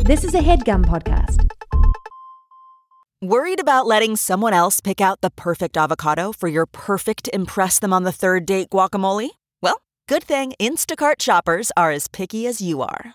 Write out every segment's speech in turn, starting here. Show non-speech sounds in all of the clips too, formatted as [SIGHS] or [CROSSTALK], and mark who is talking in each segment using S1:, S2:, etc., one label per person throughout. S1: This is a headgum podcast.
S2: Worried about letting someone else pick out the perfect avocado for your perfect Impress Them on the Third Date guacamole? Well, good thing Instacart shoppers are as picky as you are.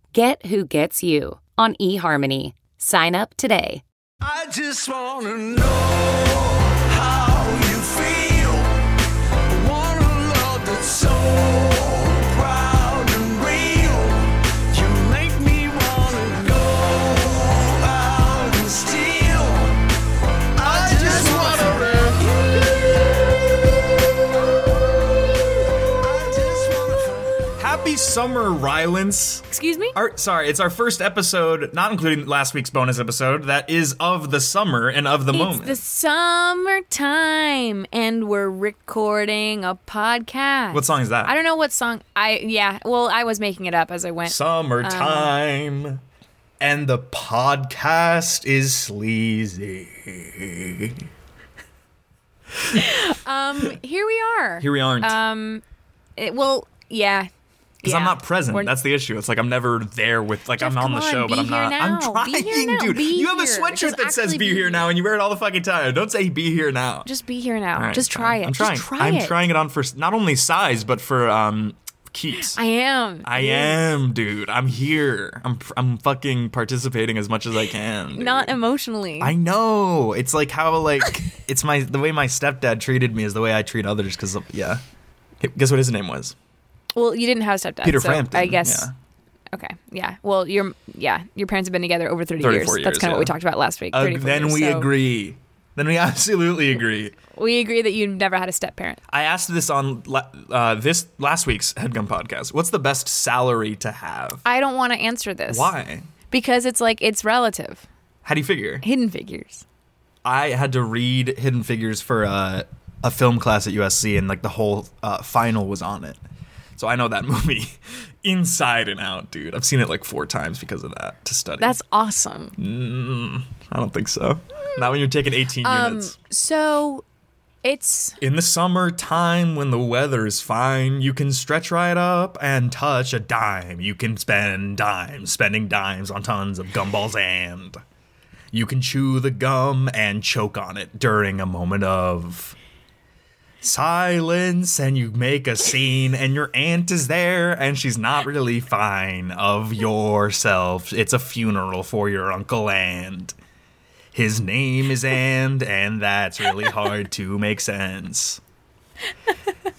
S3: Get who gets you on eHarmony. Sign up today.
S4: I just wanna know how you feel. I wanna love that's so proud and real. You make me wanna go out and steal. I just wanna love you. I just wanna.
S5: Happy summer, Rylance.
S6: Excuse me?
S5: Our, sorry, it's our first episode, not including last week's bonus episode, that is of the summer and of the moment.
S6: It's the summertime, and we're recording a podcast.
S5: What song is that?
S6: I don't know what song. I yeah. Well, I was making it up as I went.
S5: Summertime.
S6: Um,
S5: and the podcast is sleazy.
S6: Here we are.
S5: Here we aren't.
S6: It- well, yeah.
S5: Because I'm
S6: Um, yeah.
S5: not present.
S6: We're-
S5: That's the issue. It's like I'm never there with, like,
S6: Jeff,
S5: I'm on the
S6: come on,
S5: show, but
S6: be
S5: I'm
S6: here
S5: not.
S6: now.
S5: I'm
S6: Be here
S5: trying,
S6: now.
S5: dude.
S6: Be
S5: you have a
S6: here.
S5: sweatshirt
S6: Just
S5: that says
S6: actually
S5: be
S6: be
S5: here now,
S6: here.
S5: and you wear it all the fucking time. Don't say be here now.
S6: Just be here now.
S5: All right,
S6: Just
S5: fine.
S6: try it.
S5: I'm trying.
S6: Just try
S5: I'm
S6: it.
S5: trying it on for s- not only size but for um keeps.
S6: I am.
S5: I am, dude. I'm here. I'm I'm fucking participating as much as I can. dude.
S6: Not emotionally.
S5: I know. It's like how like [LAUGHS] it's my the way my stepdad treated me is the way I treat others cuz yeah. Hey, Guess what his name was?
S6: well, you didn't have stepdad.
S5: Peter
S6: so
S5: Frampton.
S6: I guess.
S5: yeah.
S6: Okay. Yeah. Well, your yeah, your parents have been together over 30 years.
S5: 34 years,
S6: That's kind
S5: yeah.
S6: of what we talked about last week.
S5: Uh,
S6: 34
S5: then
S6: years,
S5: we
S6: so
S5: agree. Then we [LAUGHS] absolutely agree.
S6: We agree that you never had a step parent.
S5: I asked this on la- uh, this last week's Headgum podcast. What's the best salary to have?
S6: I don't want to answer this.
S5: Why?
S6: Because it's like it's relative.
S5: How do you figure?
S6: Hidden Figures.
S5: I had to read Hidden Figures for a, a film class at USC, and like the whole uh, final was on it. So I know that [LAUGHS] movie inside and out, dude. I've seen it like four times because of that to study.
S6: That's awesome.
S5: I don't think so. Not when you're taking 18 units.
S6: So it's
S5: In the summertime, when the weather is fine, you can stretch right up and touch a dime. You can spend dimes, spending dimes on tons of gumballs, and you can chew the gum and choke on it during a moment of silence. And you make a scene, and your aunt is there, and she's not really fine of yourself. It's a funeral for your uncle, and. His name is And, and that's really hard to make sense.
S6: a funeral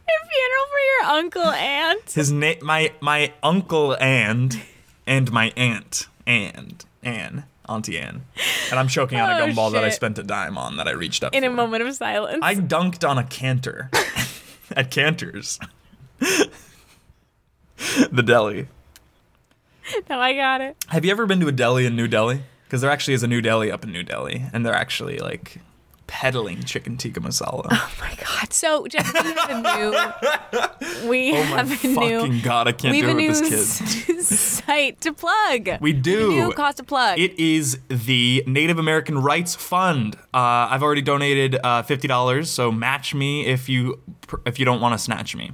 S6: for your uncle aunt.
S5: His name, my my uncle And, and my aunt and Anne, Auntie Anne, and I'm choking on a
S6: Oh,
S5: gumball that I
S6: shit.
S5: spent a dime on that I reached up
S6: In a
S5: for.
S6: moment of silence.
S5: I dunked on a canter [LAUGHS] at Cantor's, [LAUGHS] the deli.
S6: no, I got it.
S5: Have you ever been to a deli in New Delhi? Because there actually is a New Delhi up in New Delhi, and they're actually like peddling chicken tikka
S6: [LAUGHS]
S5: masala. Oh
S6: my god. So Jeff, we have a new we
S5: Oh my
S6: have a
S5: fucking
S6: new
S5: god, I can't
S6: we
S5: do
S6: have
S5: it
S6: a
S5: with
S6: new
S5: this kid.
S6: s- [LAUGHS] site to plug.
S5: We do.
S6: new cost to plug.
S5: It is the Native American Rights Fund. Uh, I've already donated uh, fifty dollars, so match me if you if you don't want to snatch me.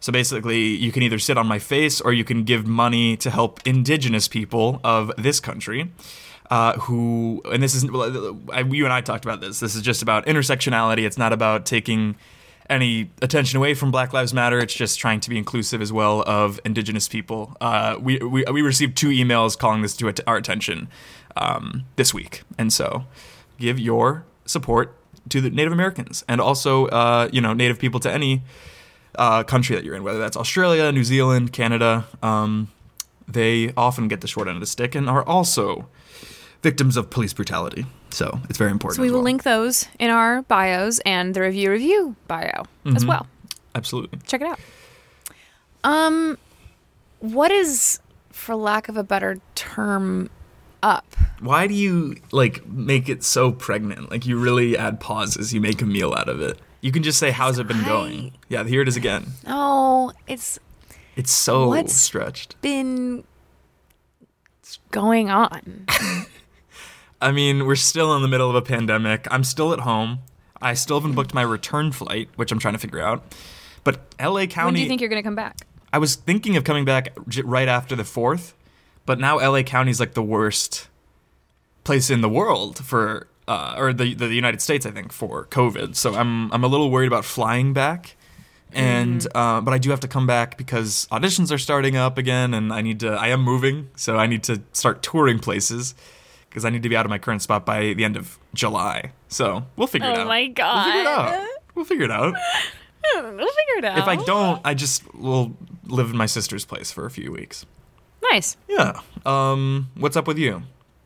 S5: So basically, you can either sit on my face or you can give money to help indigenous people of this country. Uh, who and this is well, I- you and I talked about this. This is just about intersectionality. It's not about taking any attention away from Black Lives Matter. It's just trying to be inclusive as well of Indigenous people. Uh, we, we we received two emails calling this to our attention um, this week, and so give your support to the Native Americans and also uh, you know Native people to any uh, country that you're in, whether that's Australia, New Zealand, Canada. Um, they often get the short end of the stick and are also victims of police brutality. So it's very important.
S6: So we
S5: as
S6: will
S5: well.
S6: link those in our bios and the review review bio
S5: Mm-hmm.
S6: as well.
S5: Absolutely.
S6: Check it out. Um, what is, for lack of a better term, up?
S5: Why do you like make it so pregnant? Like you really add pauses. You make a meal out of it. You can just say, "How's it been going?" Yeah, here it is again.
S6: Oh, it's
S5: It's so
S6: What's-
S5: stretched.
S6: been going on.
S5: I mean, we're still in the middle of a pandemic. I'm still at home. I still haven't booked my return flight, which I'm trying to figure out. But LA County.
S6: When do you think you're going to come back?
S5: I was thinking of coming back j- right after the fourth, but now LA County's like the worst place in the world for, uh, or the, the United States, I think, for COVID. So I'm I'm a little worried about flying back, and uh, but I do have to come back because auditions are starting up again, and I need to. I am moving, so I need to start touring places because I need to be out of my current spot by the end of July. So we'll figure it out. We'll figure it out. We'll figure it out.
S6: We'll figure it out.
S5: If I
S6: Oh.
S5: don't, I just will live in my sister's place for a few weeks.
S6: Nice.
S5: Yeah. Um, what's up with you?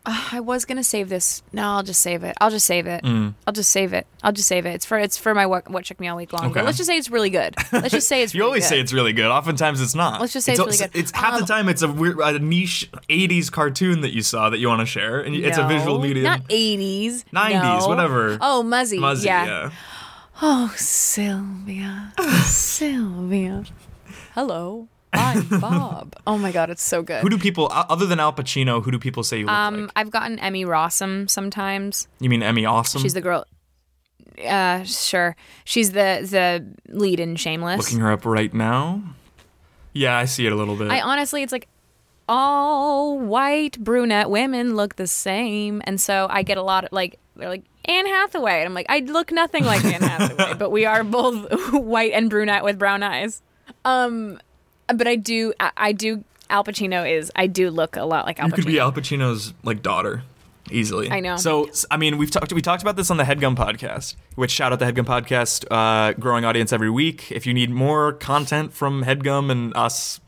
S6: I was gonna save this. No, I'll just save it. I'll just save it.
S5: Mm.
S6: I'll just save it. I'll just save it. It's for it's for my what, what shook me all week long.
S5: Okay.
S6: But let's just say it's really good. Let's just say it's.
S5: [LAUGHS] You
S6: really
S5: always
S6: good.
S5: say it's really good. Oftentimes it's not.
S6: Let's just say it's really
S5: al-
S6: good.
S5: It's half the
S6: Um,
S5: time it's a weird, a niche '80s cartoon that you saw that you want to share, and it's a visual
S6: No,
S5: medium.
S6: Not eighties.
S5: 90s, whatever.
S6: Oh, Muzzy.
S5: Muzzy,
S6: yeah. Oh,
S5: [LAUGHS]
S6: Sylvia. Sylvia. Hello. I'm Bob. Oh my God, it's so good.
S5: Who do people o- other than Al Pacino? Who do people say you look
S6: um,
S5: like?
S6: I've gotten Emmy Rossum sometimes.
S5: You mean Emmy Awesome?
S6: She's the girl. Uh, sure. She's the the lead in Shameless.
S5: looking her up right now. Yeah, I see it a little bit.
S6: I honestly, it's like all white brunette women look the same, and so I get a lot of like they're like Anne Hathaway, and I'm like I look nothing like
S5: [LAUGHS]
S6: Anne Hathaway, but we are both [LAUGHS] white and brunette with brown eyes. Um, but I do, I, I do. Al Pacino is I do look a lot like Al
S5: you
S6: Pacino.
S5: could be Al Pacino's like daughter easily.
S6: I know.
S5: So s- I mean, we've talked we talked about this on the Headgum podcast, which shout out the Headgum podcast, uh, growing audience every week. If you need more content from Headgum and us,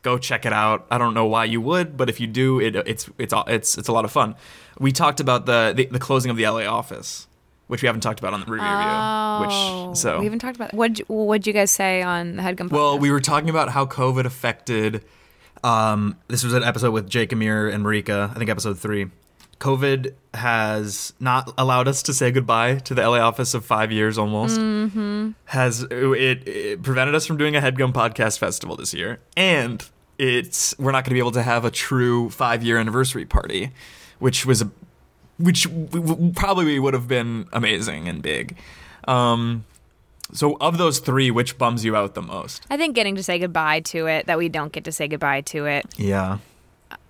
S5: go check it out. I don't know why you would, but if you do, it it's it's a- it's it's a lot of fun. We talked about the the, the closing of the LA office, which we haven't talked about on the review.
S6: Oh,
S5: which so
S6: we haven't talked about what what'd you guys say on the headgum.
S5: well,
S6: podcast?
S5: we were talking about how COVID affected. Um, this was an episode with Jake Amir and Marika, I think episode three. COVID has not allowed us to say goodbye to the LA office of five years almost. Mm-hmm. Has it, it prevented us from doing a Headgum podcast festival this year, and it's we're not going to be able to have a true five year anniversary party, which was a which w- w- probably would have been amazing and big. Um, so of those three, which bums you out the most?
S6: I think getting to say goodbye to it that we don't get to say goodbye to it
S5: Yeah.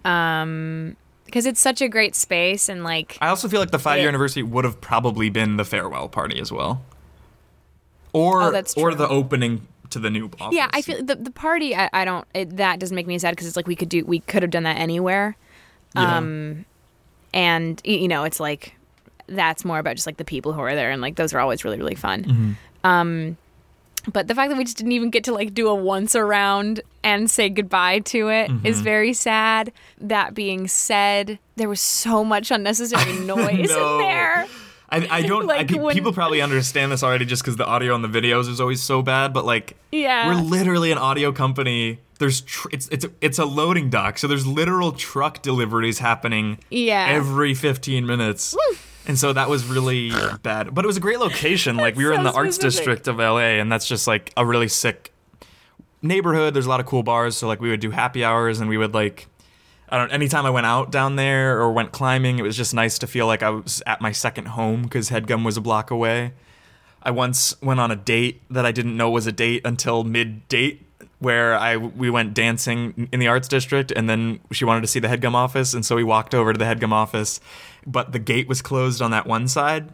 S6: um because it's such a great space and like
S5: I also feel like the five year
S6: Yeah.
S5: anniversary would have probably been the farewell party as well. Or
S6: Oh, that's
S5: or
S6: true.
S5: the opening to the new office.
S6: yeah i feel the, the party i, I don't it, that doesn't make me sad because it's like we could do we could have done that anywhere
S5: Yeah.
S6: um and y- you know it's like that's more about just like the people who are there and like those are always really really fun
S5: Mm-hmm.
S6: um but the fact that we just didn't even get to like do a once around and say goodbye to it is
S5: Mm-hmm.
S6: very sad that being said there was so
S5: [LAUGHS]
S6: much unnecessary noise
S5: know.
S6: in there
S5: I,
S6: [LAUGHS]
S5: I don't. I,
S6: Like
S5: pe-
S6: when-
S5: people probably understand this already, just because the audio on the videos is always so bad. But like,
S6: Yeah.
S5: we're literally an audio company. There's tr- it's it's it's a loading dock, so there's literal truck deliveries happening.
S6: Yeah.
S5: Every 15 minutes, and so that was really bad. But it was a great location. Like we were in
S6: so
S5: the arts
S6: specific.
S5: district of LA, and that's just like a really sick neighborhood. There's a lot of cool bars, so like we would do happy hours, and we would like I don't. Anytime I went out down there or went climbing, it was just nice to feel like I was at my second home because Headgum was a block away. I once went on a date that I didn't know was a date until mid date, where I we went dancing in the arts district, and then she wanted to see the Headgum office, and so we walked over to the Headgum office, but the gate was closed on that one side,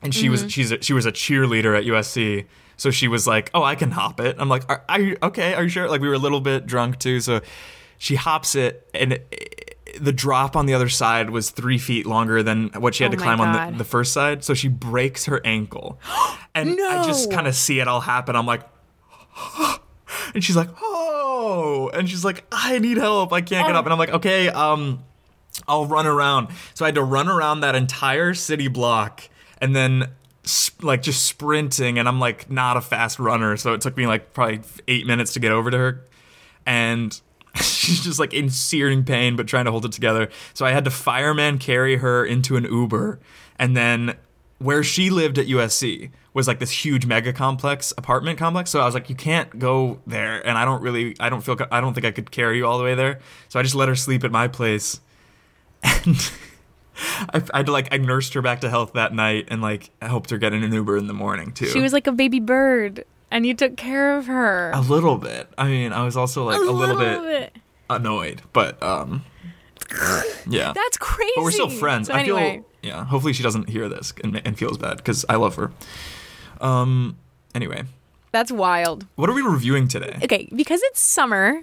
S5: and she
S6: Mm-hmm.
S5: was she's a, she was a cheerleader at USC. So she was like, "Oh, I can hop it." I'm like, "Are, are you okay? Are you sure?" Like we were a little bit drunk too, so she hops it, and it, the drop on the other side was three feet longer than what she had
S6: Oh
S5: to
S6: my
S5: climb on the,
S6: God.
S5: the first side. So she breaks her ankle,
S6: [GASPS]
S5: and I just
S6: No.
S5: kind of see it all happen. I'm like, [GASPS] and she's like, "Oh," and she's like, "I need help. I
S6: Oh.
S5: can't get up." And I'm like, "Okay, um, I'll run around." So I had to run around that entire city block, and then sp- like just sprinting. And I'm like not a fast runner, so it took me like probably eight minutes to get over to her, and. [LAUGHS] She's just like in searing pain, but trying to hold it together. So I had to fireman carry her into an Uber. And then where she lived at USC was like this huge mega complex apartment complex. So I was like, you can't go there, and I don't really, I don't feel, co- I don't think I could carry you all the way there. So I just let her sleep at my place, [LAUGHS] and I, I like I nursed her back to health that night, and like helped her get in an Uber in the morning too.
S6: She was like a baby bird, and you took care of her.
S5: a little bit. I mean, I was also like a, little, bit, annoyed, but
S6: [LAUGHS]
S5: um, yeah.
S6: That's crazy.
S5: but we're still friends.
S6: So
S5: I
S6: anyway,
S5: feel yeah. Hopefully she doesn't hear this and, and feels bad because I love her. Um. Anyway.
S6: that's wild.
S5: What are we reviewing today?
S6: Okay, because it's summer,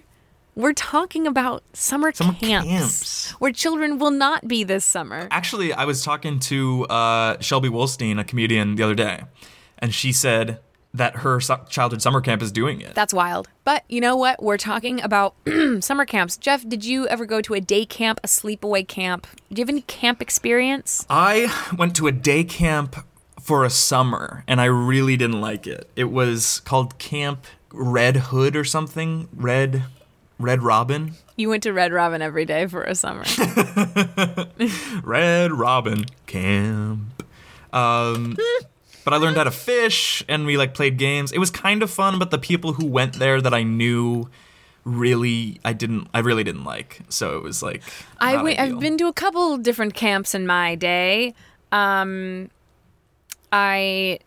S6: we're talking about summer,
S5: Summer
S6: camps,
S5: camps. Ah.
S6: where children will not be this summer.
S5: Actually, I was talking to uh, Shelby Wolstein, a comedian, the other day, and she said that her su- childhood summer camp is doing it.
S6: That's wild. But you know what? We're talking about [CLEARS THROAT] summer camps. Jeff, did you ever go to a day camp, a sleepaway camp? Do you have any camp experience?
S5: I went to a day camp for a summer, and I really didn't like it. It was called Camp Red Hood or something. Red, Red Robin.
S6: You went to Red Robin every day for a summer.
S5: Red Robin Camp.
S6: [LAUGHS]
S5: Um, but I learned how to fish and we like played games. It was kind of fun, but the people who went there that I knew really I didn't I really didn't like. So it was like
S6: I
S5: not
S6: went, I've
S5: ideal.
S6: been to a couple different camps in my day. Um, I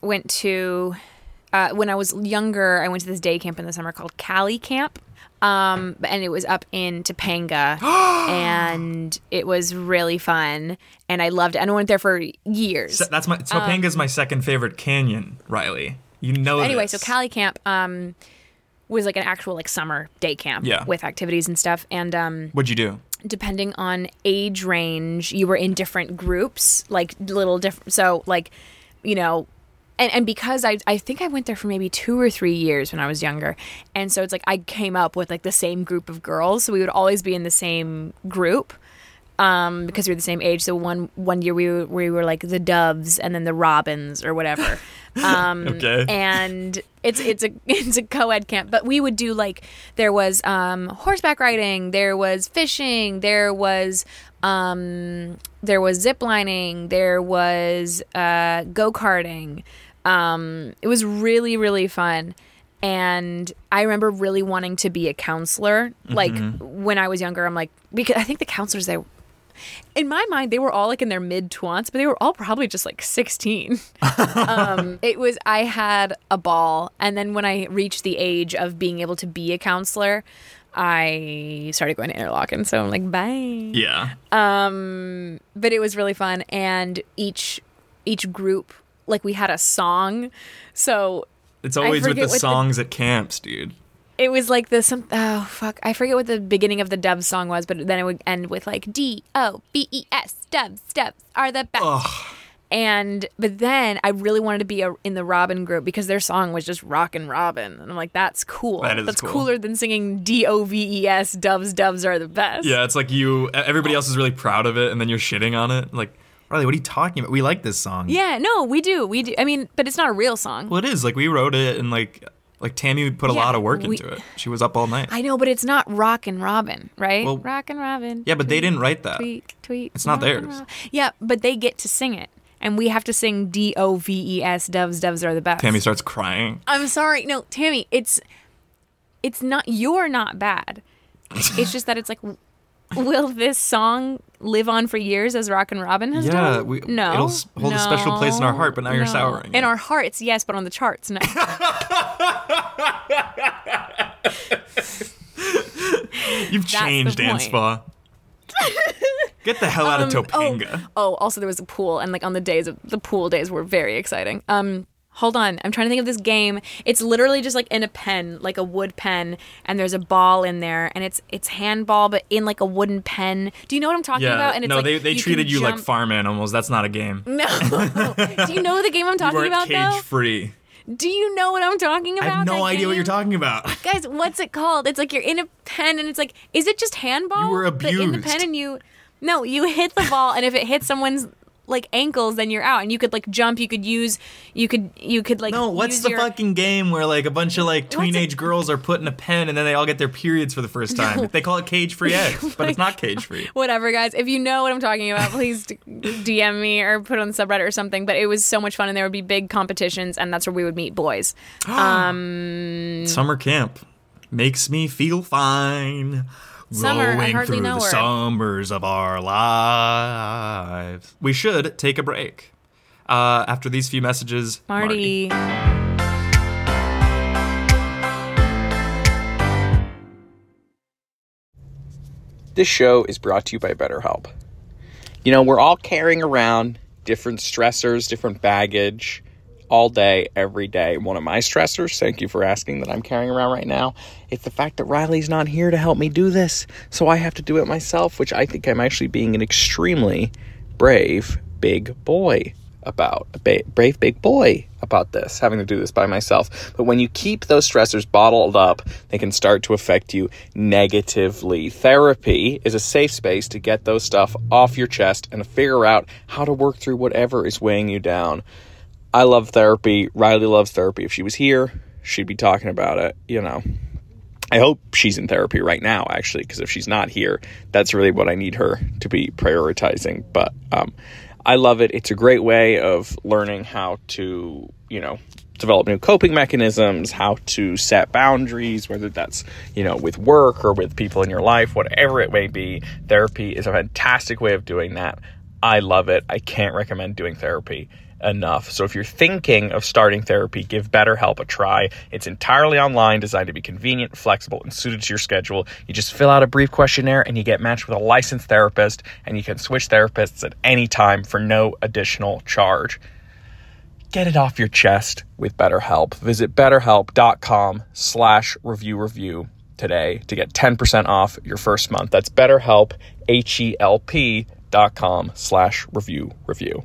S6: went to uh, when I was younger. I went to this day camp in the summer called Cali Camp, um, and it was up in
S5: [GASPS]
S6: Topanga, and it was really fun, and I loved it. And I went there for years.
S5: So that's my Topanga's my second favorite canyon, Riley. You know
S6: um, anyway,
S5: this.
S6: so Cali Camp um, was like an actual like summer day camp
S5: Yeah.
S6: with activities and stuff, and um,
S5: What'd you do?
S6: depending on age range, you were in different groups, like little different. So, like, you know, and, and because I, I think I went there for maybe two or three years when I was younger. And so it's like I came up with like the same group of girls. So we would always be in the same group um, because we were the same age. So one one year we were, we were like the Doves and then the Robins or whatever. Um,
S5: [LAUGHS] Okay.
S6: And it's it's a [LAUGHS] it's a co-ed camp, but we would do like there was um, horseback riding, there was fishing, there was um, there was zip lining, there was uh, go karting. Um, it was really really fun. And I remember really wanting to be a counselor. Like when I was younger, I'm like, because I think the counselors there in my mind, they were all like in their mid twants, but they were all probably just like 16. um, it was, I had a ball. And then when I reached the age of being able to be a counselor, I started going to Interlochen. So I'm like, bye
S5: Yeah.
S6: um, but it was really fun and each each group like we had a song so
S5: It's
S6: I
S5: always with
S6: forget
S5: the
S6: what the-
S5: songs at camps, dude.
S6: it was like the some oh fuck I forget what the beginning of the Doves song was, but then it would end with like D O B E S Doves Doves are the best. And but then I really wanted to be a, in the Robin group because their song was just Rockin' Robin, and I'm like that's cool.
S5: That is
S6: that's
S5: cool.
S6: cooler than singing D O V E S Doves Doves are the best.
S5: Yeah, it's like you e-, everybody else is really proud of it and then you're shitting on it. Like, Riley, what are you talking about? We like this song.
S6: Yeah, no, we do, we do. I mean, but it's not a real song.
S5: Well, it is like we wrote it, and like like Tammy put a
S6: Yeah,
S5: lot of work
S6: we-
S5: into it. She was up all night.
S6: I know, but it's not Rockin' Robin, right?
S5: Well,
S6: Rockin' Robin.
S5: yeah, but they didn't write that.
S6: Tweet, tweet.
S5: It's not
S6: rock and
S5: theirs.
S6: roll. Yeah, but they get to sing it, and we have to sing D O V E S. Doves, doves are the best.
S5: Tammy starts
S6: [LAUGHS]
S5: crying.
S6: I'm sorry, no, Tammy. It's, it's not. You're not bad. It's just that it's like, w- will this song live on for years as Rock and Robin has
S5: Yeah,
S6: done?
S5: we-
S6: no,
S5: it'll s- hold a special place in our heart, but now you're
S6: no.
S5: souring
S6: In
S5: it.
S6: our hearts, yes, but on the charts, no.
S5: You've
S6: the
S5: changed,
S6: point.
S5: Anspa. [LAUGHS] Get the hell out of
S6: Um,
S5: Topanga.
S6: Oh, oh, also there was a pool, and like on the days of the pool days were very exciting. Um, hold on, I'm trying to think of this game. It's literally just like in a pen, like a wood pen, and there's a ball in there, and it's it's handball, but in like a wooden pen. Do you know what I'm talking
S5: Yeah.
S6: about? And it's
S5: no,
S6: like,
S5: they, they
S6: can
S5: treated you like
S6: jump-
S5: farm animals. That's not a game.
S6: [LAUGHS]
S5: [LAUGHS]
S6: No, do you know the game I'm
S5: you
S6: talking
S5: weren't
S6: about
S5: cage
S6: though?
S5: free.
S6: Do you know what I'm talking
S5: I
S6: about?
S5: have no
S6: that
S5: idea what you're
S6: game?
S5: talking
S6: [LAUGHS]
S5: about.
S6: guys what's it called it's like you're in a pen and it's like is it just handball
S5: You were
S6: but in the
S5: abused.
S6: pen and you no you hit the ball and if it hits someone's like ankles then you're out and you could like jump you could use you could you could like
S5: No, what's
S6: use
S5: the
S6: your-
S5: fucking game where like a bunch of like
S6: it-
S5: teenage girls are put in a pen and then they all get their periods for the
S6: [LAUGHS]
S5: first time? They call it cage free eggs, but it's not cage free.
S6: whatever guys if you know what i'm talking about please d- dm me or put it on the subreddit or something but it was so much fun and there would be big competitions and that's where we would meet boys Um,
S5: Summer camp makes me feel fine.
S6: Summer, I
S5: Rolling
S6: hardly
S5: through
S6: know
S5: the
S6: her.
S5: summers of our lives. We should take a break. Uh, after these few messages, Marty.
S6: marty,
S4: This show is brought to you by BetterHelp. You know, we're all carrying around different stressors, different baggage all day, every day. One of my stressors, thank you for asking, that I'm carrying around right now, is the fact that Riley's not here to help me do this. So I have to do it myself, which I think I'm actually being an extremely brave big boy about a ba- brave big boy about this having to do this by myself but when you keep those stressors bottled up they can start to affect you negatively therapy is a safe space to get those stuff off your chest and figure out how to work through whatever is weighing you down i love therapy riley loves therapy if she was here she'd be talking about it you know I hope she's in therapy right now, actually, because if she's not here, that's really what I need her to be prioritizing. But um, I love it. It's a great way of learning how to, you know, develop new coping mechanisms, how to set boundaries, whether that's, you know, with work or with people in your life, whatever it may be. Therapy is a fantastic way of doing that. I love it. I can't recommend doing therapy enough. So if you're thinking of starting therapy, give BetterHelp a try. It's entirely online, designed to be convenient, flexible, and suited to your schedule. You just fill out a brief questionnaire and you get matched with a licensed therapist, and you can switch therapists at any time for no additional charge. Get it off your chest with BetterHelp. Visit betterhelp.com slash review review today to get 10% off your first month. That's betterhelp, H-E-L-P dot com slash review review.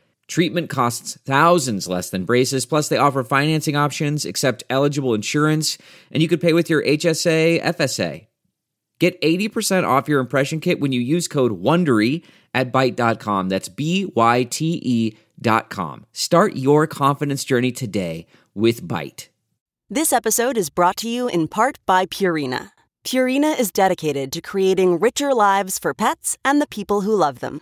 S7: Treatment costs thousands less than braces, plus, they offer financing options, accept eligible insurance, and you could pay with your HSA, FSA. Get 80% off your impression kit when you use code WONDERY at Byte.com. That's B-Y-T-E E dot com. Start your confidence journey today with Byte.
S2: This episode is brought to you in part by Purina. Purina is dedicated to creating richer lives for pets and the people who love them.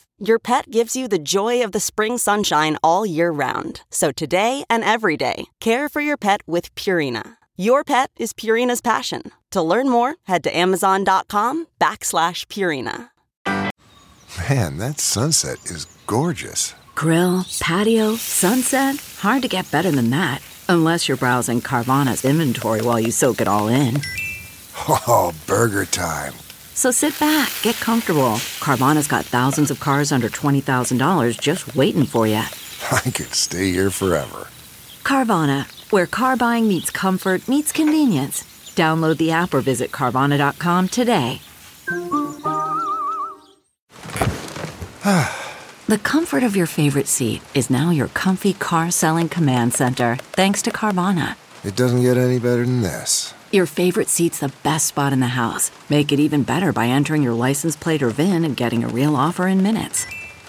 S2: Your pet gives you the joy of the spring sunshine all year round. So today and every day, care for your pet with Purina. Your pet is Purina's passion. To learn more, head to amazon.com backslash Purina.
S8: Man, that sunset is gorgeous.
S3: Grill, patio, sunset. Hard to get better than that. Unless you're browsing Carvana's inventory while you soak it all in.
S8: Oh, burger time.
S3: So sit back, get comfortable. Carvana's got thousands of cars under $20,000 just waiting for you.
S8: [LAUGHS] I could stay here forever.
S3: Carvana, where car buying meets comfort, meets convenience. Download the app or visit Carvana.com today. [SIGHS] the comfort of your favorite seat is now your comfy car selling command center, thanks to Carvana.
S8: It doesn't get any better than this.
S3: Your favorite seat's the best spot in the house. Make it even better by entering your license plate or VIN and getting a real offer in minutes.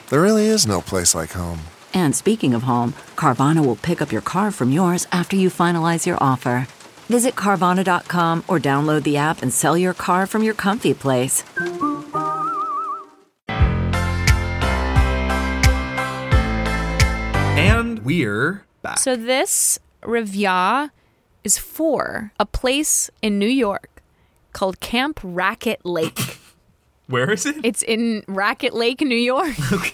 S8: There really is no place like home.
S3: And speaking of home, Carvana will pick up your car from yours after you finalize your offer. Visit Carvana.com or download the app and sell your car from your comfy place.
S5: And we're back.
S6: So this Riviera is for a place in New York called Camp Racket Lake.
S5: Where is it?
S6: it's in Racket Lake, New York.
S5: [LAUGHS]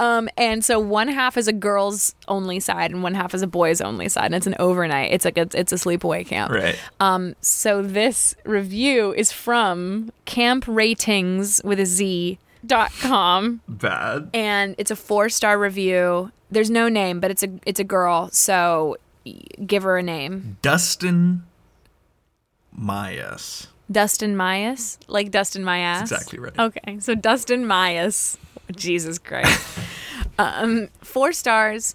S6: Um, and so one half is a girls only side and one half is a boys only side. And it's an overnight. It's like a, it's a sleepaway camp.
S5: Right.
S6: Um, so this review is from Camp Ratings with a Z dot com
S5: Bad.
S6: and it's a four star review. There's no name, but it's a it's a girl, so y- give her a
S5: Hmm.
S6: name.
S5: Dustin Myas.
S6: Dustin Myas, like Dustin my ass.
S5: exactly right.
S6: Okay, so Dustin Myas, Jesus Christ,
S5: [LAUGHS]
S6: um, four stars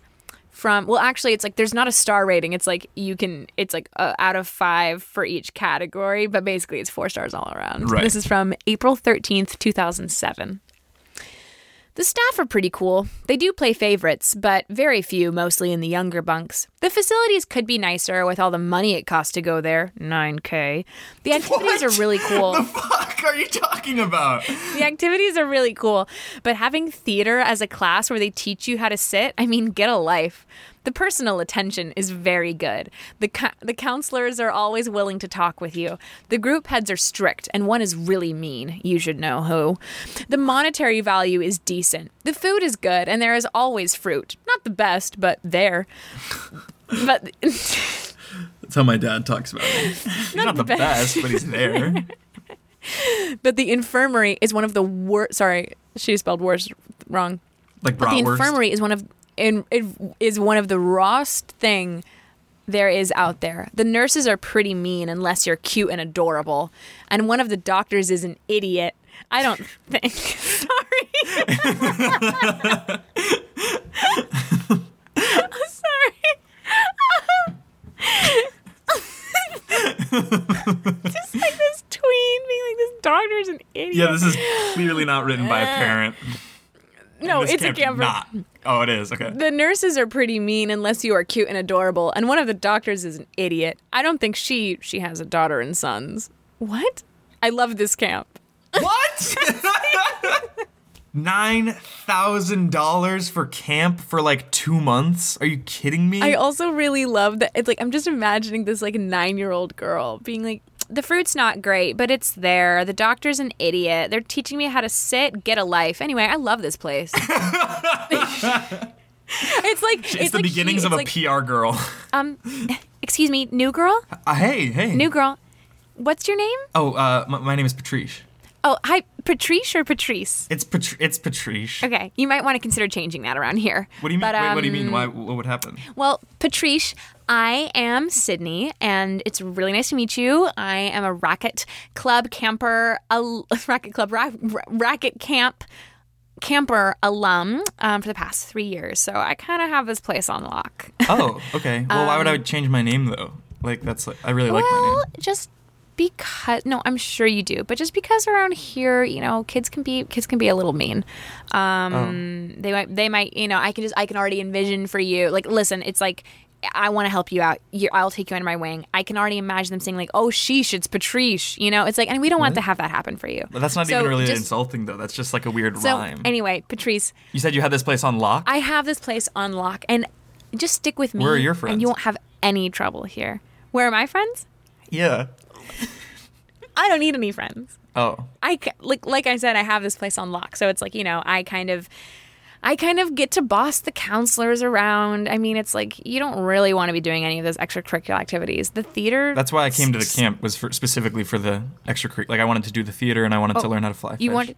S6: from. Well, actually, it's like there's not a star rating. It's like you can. It's like uh, out of five for each category, but basically it's four stars all around.
S5: Right.
S6: This is from April thirteenth, two thousand seven. The staff are pretty cool. They do play favorites, but very few, mostly in the younger bunks. The facilities could be nicer with all the money it costs to go there 9K. The activities are
S5: [LAUGHS]
S6: really cool.
S5: The fuck are you talking about?
S6: the activities are really cool. But having theater as a class where they teach you how to sit, I mean, get a life. The personal attention is very good. The, co- the counselors are always willing to talk with you. The group heads are strict, and one is really mean. You should know who. The monetary value is decent. The food is good, and there is always fruit. Not the best, but there. But [LAUGHS]
S5: That's how my dad talks about me. He's not, the best, but he's
S6: [LAUGHS]
S5: there.
S6: but the infirmary is one of the worst. Sorry, she spelled worst wrong.
S5: Like
S6: But the
S5: bratwurst.
S6: infirmary is one of in, it is one of the rawest thing there is out there. The nurses are pretty mean unless you're cute and adorable, and one of the doctors is an idiot. I don't [LAUGHS] think. Sorry. [LAUGHS] I'm sorry. [LAUGHS] Just like this tween being like this doctor's an idiot.
S5: Yeah, this is clearly not written by a parent.
S6: no,
S5: This
S6: it's a
S5: can't be-
S6: camper.
S5: Not. Oh, it is. Okay.
S6: The nurses are pretty mean unless you are cute and adorable, and one of the doctors is an idiot. I don't think she she has a daughter and sons. What? I love this camp.
S5: What? Nine thousand dollars for camp for like two months? Are you kidding me?
S6: I also really love that it's like I'm just imagining this like 9-year-old girl being like the fruit's not great, but it's there. The doctor's an idiot. They're teaching me how to sit, get a life. Anyway, I love this
S5: [LAUGHS]
S6: place. it's like it's,
S5: it's the
S6: like
S5: beginnings
S6: he-
S5: of a
S6: it's like,
S5: PR girl. [LAUGHS]
S6: Um, excuse me, new girl,
S5: Uh, hey, hey.
S6: new girl. What's your name?
S5: oh, uh, my, my name is Patrice.
S6: Oh, hi, Patrice or Patrice?
S5: It's Patr- It's Patrice.
S6: Okay, you might want to consider changing that around here.
S5: What do you mean?
S6: But,
S5: Wait, what do you
S6: um,
S5: mean? Why? What would
S6: [LAUGHS]
S5: happen?
S6: Well, Patrice, I am Sydney, and it's really nice to meet you. I am a racket club camper, a [LAUGHS] racket club, ra- ra- racket camp camper alum um, for the past three years. So I kind of have this place on lock.
S5: Oh, okay. Well, why would I change my name though? Like that's like I really like my name.
S6: Um, well, just because no, I'm sure you do, but just because around here, you know, kids can be kids can be a little mean.
S5: Oh.
S6: Um, they might they might you know I can just I can already envision for you like listen, it's like. I want to help you out. you I'll take you under my wing. I can already imagine them saying like, "Oh, sheesh, it's Patrice," you know. It's like, and we don't want to have that happen for you.
S5: But that's not
S6: So
S5: even really
S6: just-
S5: insulting though. That's just like a weird
S6: So
S5: rhyme.
S6: anyway, Patrice,
S5: you said you had this place on lock.
S6: I have this place on lock, and just stick with me.
S5: Where are your
S6: And
S5: friends?
S6: you won't have any trouble here. Where are my friends?
S5: yeah.
S6: I don't need any friends.
S5: Oh.
S6: I c- like like I said, I have this place on lock, so it's like you know, I kind of, I kind of get to boss the counselors around. I mean, it's like you don't really want to be doing any of those extracurricular activities. The theater.
S5: That's why I came to the camp was for, specifically for the extracurricular. Like I wanted to do the theater and I wanted to learn how to fly.
S6: Oh, you
S5: fish.
S6: want.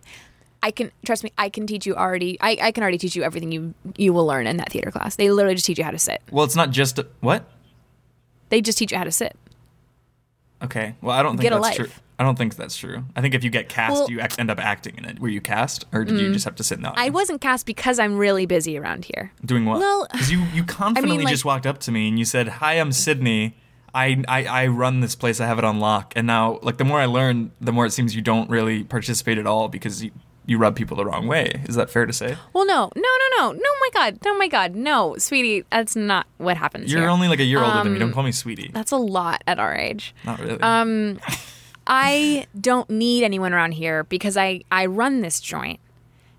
S6: I can trust me. I can teach you already. I, I can already teach you everything you you will learn in that theater class. They literally just teach you how to sit.
S5: Well, it's not just a, what?
S6: They just teach you how to sit.
S5: Okay. Well, I don't think
S6: Get a
S5: that's
S6: life.
S5: true. I don't think that's true. I think if you get cast,
S6: Well- Mm.
S5: you act, end up acting in it. Were you cast, or did you just have to sit in the
S6: I
S5: audience?
S6: wasn't cast because I'm really busy around here.
S5: Doing what?
S6: Well, [SIGHS]
S5: 'Cause you you confidently
S6: like-
S5: just walked up to me and you said, "Hi, I'm Sydney. I, I I run this place. I have it on lock. And now, like, the more I learn, the more it seems you don't really participate at all because you, you rub people the wrong way. Is that fair to say?
S6: Well, no, no, no, no, no. My God, no, my God, no, sweetie, that's not what happens.
S5: You're
S6: here.
S5: only like a year older than me.
S6: Um,
S5: Don't call me sweetie.
S6: That's a lot at our age.
S5: Not really.
S6: Um, I don't need anyone around here because I, I run this joint.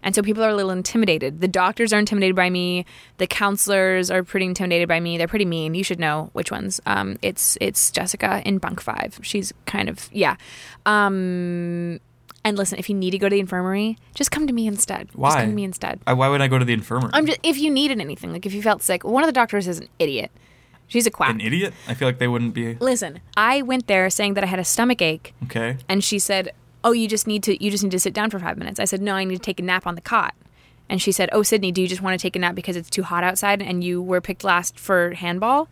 S6: And so people are a little intimidated. The doctors are intimidated by me. The counselors are pretty intimidated by me. They're pretty mean. You should know which ones. Um, it's it's Jessica in bunk five. She's kind of yeah. Um, and listen, if you need to go to the infirmary, just come to me instead. Just
S5: why?
S6: come to me instead.
S5: I, why would I go to the infirmary?
S6: I'm just if you needed anything, like if you felt sick. One of the doctors is an idiot. She's a quack.
S5: an idiot. I feel like they wouldn't be
S6: Listen, I went there saying that I had a stomach ache,
S5: okay.
S6: and she said, "Oh, you just need to you just need to sit down for five minutes." I said, "No, I need to take a nap on the cot." And she said, "Oh, Sydney, do you just want to take a nap because it's too hot outside and you were picked last for handball?"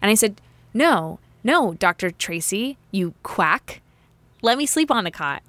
S6: And I said, "No, no, Doctor Tracy, you quack, let me sleep on the cot."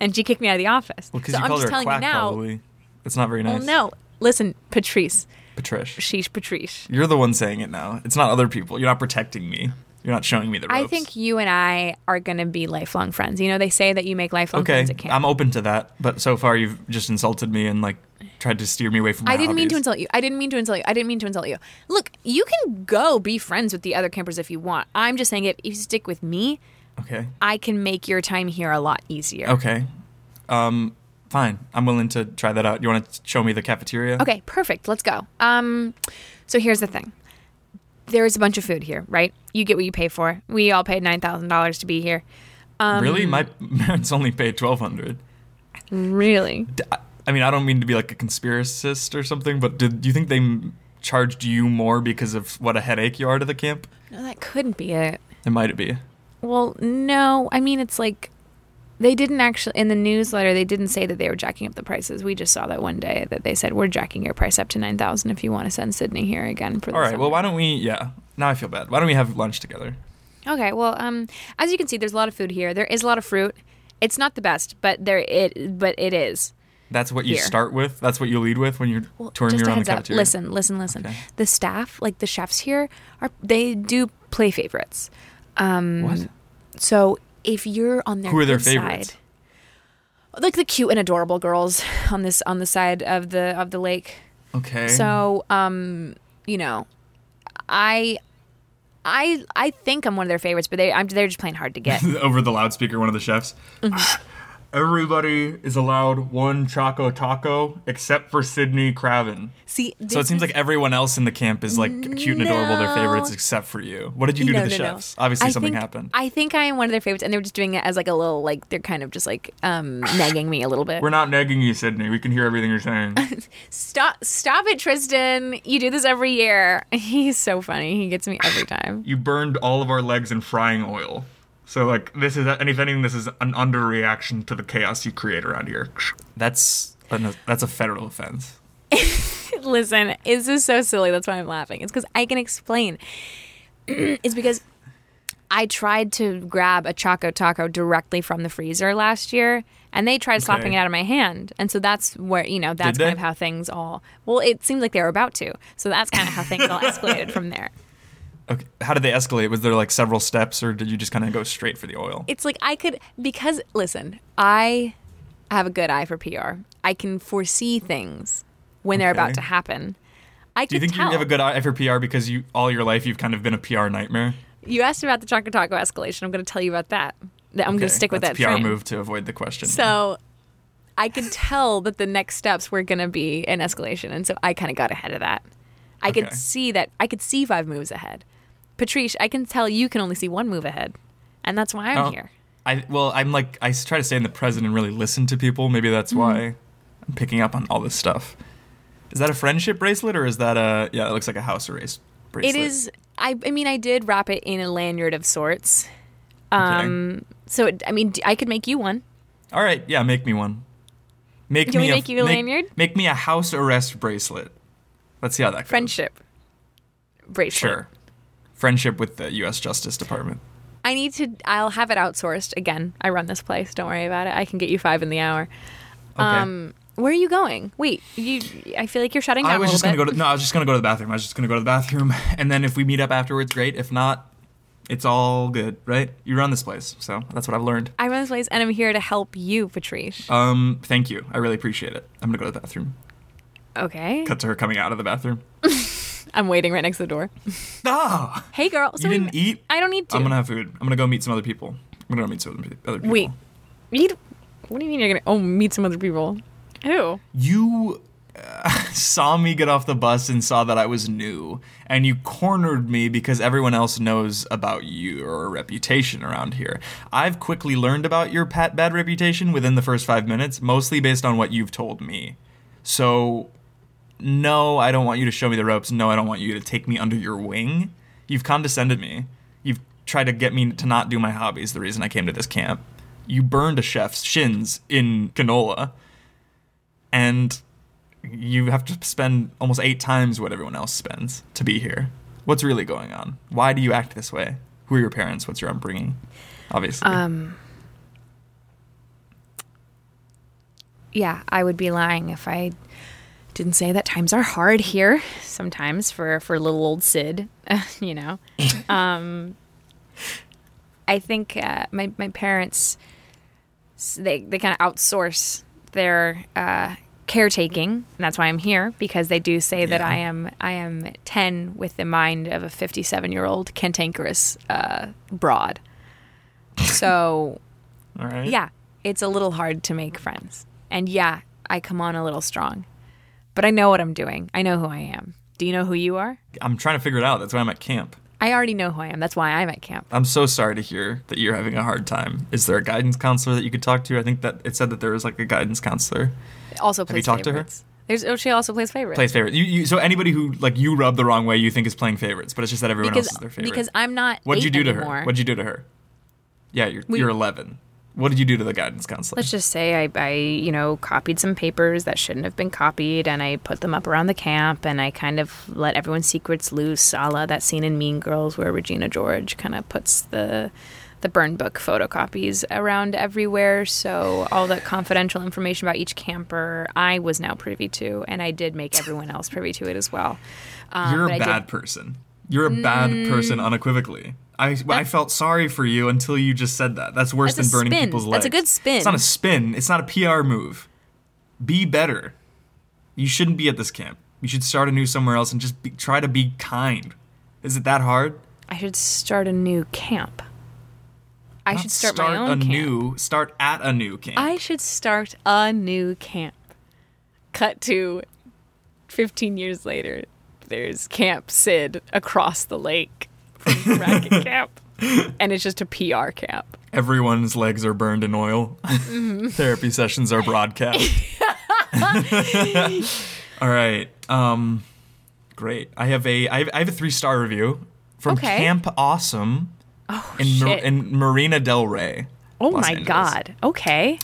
S6: And she kicked me out of the office.
S5: Well, because
S6: so
S5: you
S6: I'm
S5: called
S6: just
S5: her a
S6: telling
S5: quack,
S6: you now.
S5: probably. That's not very nice.
S6: Well, no, listen, Patrice,
S5: Patrish.
S6: sheesh, Patrice.
S5: You're the one saying it now. It's not other people. You're not protecting me. You're not showing me the ropes.
S6: I think you and I are going to be lifelong friends. You know, they say that you make lifelong
S5: Okay,
S6: friends at camp.
S5: I'm open to that, but so far you've just insulted me and like tried to steer me away from. My
S6: I didn't mean to
S5: hobbies.
S6: insult you. I didn't mean to insult you. I didn't mean to insult you. Look, you can go be friends with the other campers if you want. I'm just saying if you stick with me,
S5: Okay.
S6: I can make your time here a lot easier.
S5: Okay. Um. Fine. I'm willing to try that out. You want to show me the cafeteria?
S6: Okay, perfect. Let's go. Um, so here's the thing. There's a bunch of food here, right? You get what you pay for. We all paid nine thousand dollars to be here. Um,
S5: really? My [LAUGHS] parents only paid twelve hundred.
S6: really?
S5: I mean, I don't mean to be like a conspiracist or something, but did, do you think they m- charged you more because of what a headache you are to the camp?
S6: No, that couldn't be it.
S5: It might be.
S6: Well, no. I mean, it's like they didn't actually in the newsletter they didn't say that they were jacking up the prices. We just saw that one day that they said we're jacking your price up to 9,000 if you want to send Sydney here again for the
S5: All right.
S6: summer."
S5: Well, why don't we? Yeah. Now I feel bad. Why don't we have lunch together?
S6: Okay, well, um as you can see there's a lot of food here. There is a lot of fruit. It's not the best, but there it but it is.
S5: That's what you
S6: Here.
S5: start with. That's what you lead with when you're touring me
S6: just a
S5: around the
S6: heads up.
S5: cafeteria.
S6: Listen, listen, listen.
S5: Okay.
S6: The staff, like the chefs here, are they do play favorites. Um
S5: What?
S6: So if you're on their
S5: Who are their
S6: good
S5: favorites?
S6: side- like the cute and adorable girls [LAUGHS] on this on the side of the of the lake.
S5: Okay.
S6: So, um, you know, I, I, I think I'm one of their favorites, but they I'm, they're just playing hard
S5: [LAUGHS]
S6: to get.
S5: [LAUGHS] over the loudspeaker, one of the chefs.
S6: Mm-hmm.
S5: [SIGHS] Everybody is allowed one choco taco except for Sydney Craven.
S6: See,
S5: So it seems like everyone else in the camp is like cute and adorable, their
S6: No.
S5: favorites, except for you. What did you do to the chefs? Obviously,
S6: I
S5: something
S6: think-
S5: happened.
S6: I think I am one of their favorites, and they were just doing it as like a little like they're kind of just like
S5: [SIGHS]
S6: um nagging me a little bit.
S5: We're not nagging you, Sydney. We can hear everything you're
S6: [LAUGHS]
S5: saying.
S6: stop, stop it, Tristan. You do this every year. [LAUGHS] He's so funny. He gets me every time.
S5: you burned all of our legs in frying oil. So like this is anything. This is an underreaction to the chaos you create around here. That's an, that's a federal offense.
S6: Listen, this is so silly. That's why I'm laughing. It's because I can explain. [CLEARS THROAT] it's because I tried to grab a Choco Taco directly from the freezer last year, and they tried slapping
S5: Okay.
S6: it out of my hand. And so that's where, you know, that's
S5: Did
S6: kind of
S5: they?
S6: how things all, well, it seemed like they were about to. So that's kind of how things all escalated from there.
S5: Okay. How did they escalate? Was there like several steps, or did you just kind of go straight for the oil?
S6: It's like I could, because, listen, I have a good eye for PR. I can foresee things when they're about
S5: Okay.
S6: to happen. I
S5: Do you
S6: could
S5: think
S6: tell.
S5: you have a good eye for PR because you all your life you've kind of been a PR nightmare?
S6: You asked about the Choco Taco escalation. I'm going to tell you about that. That I'm going
S5: Okay,
S6: to stick with
S5: that's
S6: that
S5: PR
S6: train.
S5: move to avoid the question.
S6: So I could tell that the next steps were going to be an escalation, and so I kind of got ahead of that. I
S5: Okay.
S6: could see that. I could see five moves ahead. Patrice, I can tell you can only see one move ahead, and that's why I'm
S5: Oh,
S6: here.
S5: I well, I'm like I s- try to stay in the present and really listen to people. Maybe that's
S6: Mm-hmm.
S5: why I'm picking up on all this stuff. Is that a friendship bracelet or is that a yeah? It looks like a house arrest bracelet.
S6: It is. I. I mean, I did wrap it in a lanyard of sorts.
S5: Okay.
S6: Um. So it, I mean, d- I could make you one.
S5: All right, yeah, make me one. Make
S6: Do
S5: me
S6: we
S5: a,
S6: make you a lanyard?
S5: Make me a house arrest bracelet. Let's see how that goes.
S6: Friendship. Bracelet.
S5: Sure. Friendship with the U.S. Justice Department.
S6: I need to. I'll have it outsourced again. I run this place. Don't worry about it. I can get you five in the hour.
S5: Okay.
S6: Um, where are you going? Wait, you. I feel like you're shutting down.
S5: I was
S6: a
S5: just
S6: little
S5: gonna
S6: bit.
S5: [LAUGHS] go to no. I was just gonna go to the bathroom. I was just gonna go to the bathroom, and then if we meet up afterwards, great. If not, It's all good, right? You run this place, so that's what I've learned.
S6: I run this place and I'm here to help you, Patrice.
S5: Um, thank you. I really appreciate it. I'm gonna go to the bathroom.
S6: Okay.
S5: Cut to her coming out of the bathroom.
S6: I'm waiting right next to the door.
S5: Ah,
S6: Hey, girl. So
S5: you
S6: we-
S5: didn't eat.
S6: I don't need to.
S5: I'm gonna have food. I'm gonna go meet some other people. I'm gonna go meet some other pe- other people.
S6: Wait. Eat? What do you mean you're going to oh, meet some other people? Who?
S5: you uh, [LAUGHS] saw me get off the bus and saw that I was new, and you cornered me because everyone else knows about your reputation around here. I've quickly learned about your pat bad reputation within the first five minutes, mostly based on what you've told me. So, no, I don't want you to show me the ropes. No, I don't want you to take me under your wing. You've condescended me. You've tried to get me to not do my hobbies, the reason I came to this camp. You burned a chef's shins in canola and you have to spend almost eight times what everyone else spends to be here. What's really going on? Why do you act this way? Who are your parents? What's your upbringing? Obviously.
S6: Um. Yeah, I would be lying if I didn't say that times are hard here sometimes for for little old Sid, [LAUGHS] you know. um, I think uh, my my parents s- they they kind of outsource their uh, caretaking, and that's why I'm here because they do say that I am I am ten with the mind of a 57 year old cantankerous uh, broad. So
S5: All right.
S6: yeah, it's a little hard to make friends. And yeah, I come on a little strong. But I know what I'm doing. I know who I am. Do you know who you are?
S5: I'm trying to figure it out. That's why I'm at camp.
S6: I already know who I am. That's why I'm at camp.
S5: I'm so sorry to hear that you're having a hard time. Is there a guidance counselor that you could talk to? I think that it said that there was like a guidance counselor.
S6: Also
S5: Have you
S6: plays
S5: talked to her?
S6: favorites. There's oh, she also plays favorites.
S5: Plays favorites. You, you, so anybody who like you rub the wrong way, you think is playing favorites, but it's just that everyone
S6: because
S5: else is their favorite.
S6: because I'm not
S5: What'd
S6: eight
S5: you do to
S6: anymore.
S5: her? What'd you do to her? Yeah, you're,
S6: We-
S5: you're 11. What did you do to the guidance counselor?
S6: Let's just say I, I, you know, copied some papers that shouldn't have been copied, and I put them up around the camp, and I kind of let everyone's secrets loose, a la that scene in Mean Girls where Regina George kind of puts the the burn book photocopies around everywhere. So all that confidential information about each camper, I was now privy to, and I did make everyone else privy to it as well. Um,
S5: You're
S6: but
S5: a
S6: I did- Mm.
S5: bad person. You're a bad person unequivocally. I, I felt sorry for you until you just said that. That's worse
S6: That's a
S5: than burning
S6: spin.
S5: people's legs.
S6: That's a good spin.
S5: It's not a spin. It's not a PR move. Be better. You shouldn't be at this camp. You should start anew somewhere else and just be, try to be kind. Is it that hard?
S6: I should start a new camp. I
S5: Not
S6: should start, my own
S5: a
S6: camp.
S5: new. Start at a new camp.
S6: I should start a new camp. Cut to 15 years later, there's Camp Sid across the lake from
S5: [LAUGHS]
S6: Racket Camp. And it's just a PR camp.
S5: Everyone's legs are burned in oil. [LAUGHS] Therapy sessions are [LAUGHS] broadcast. All right. Um, great. I have a I have, I have a three star review from
S6: Okay.
S5: Camp Awesome in, Mar-
S6: shit.
S5: in Marina Del Rey.
S6: Oh
S5: Los
S6: my
S5: Angeles.
S6: God.
S5: [LAUGHS]
S6: Okay.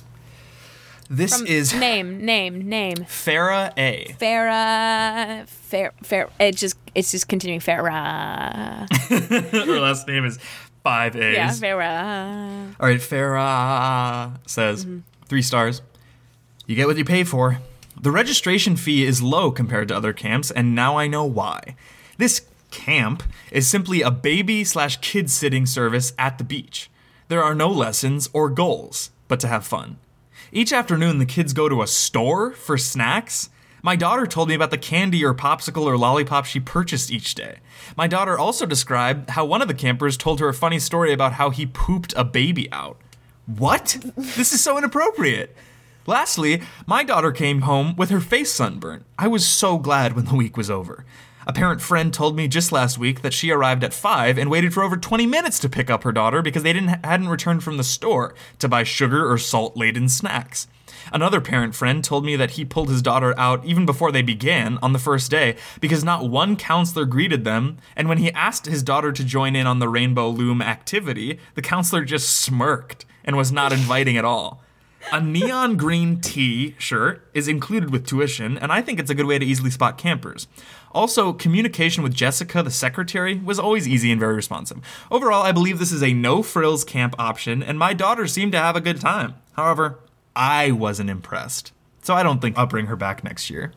S5: This is
S6: Name, name, name.
S5: Farah A.
S6: Farah, Fair, Fair. It just, it's just continuing. Farah,
S5: [LAUGHS] Her last name is Five A's.
S6: yeah, Farah.
S5: All right, Farah says three stars. You get what you pay for. The registration fee is low compared to other camps, and now I know why. This camp is simply a baby slash kid sitting service at the beach. There are no lessons or goals, but to have fun. Each afternoon, the kids go to a store for snacks. My daughter told me about the candy or popsicle or lollipop she purchased each day. My daughter also described how one of the campers told her a funny story about how he pooped a baby out. What? This is so inappropriate. Lastly, my daughter came home with her face sunburned. I was so glad when the week was over. A parent friend told me just last week that she arrived at 5 and waited for over 20 minutes to pick up her daughter because they didn't hadn't returned from the store to buy sugar or salt-laden snacks. Another parent friend told me that he pulled his daughter out even before they began on the first day because not one counselor greeted them, and when he asked his daughter to join in on the rainbow loom activity, the counselor just smirked and was not inviting at all. A neon green T shirt is included with tuition, and I think it's a good way to easily spot campers. Also, communication with Jessica, the secretary, was always easy and very responsive. Overall, I believe this is a no frills camp option, and my daughter seemed to have a good time. However, I wasn't impressed, so I don't think I'll bring her back next year.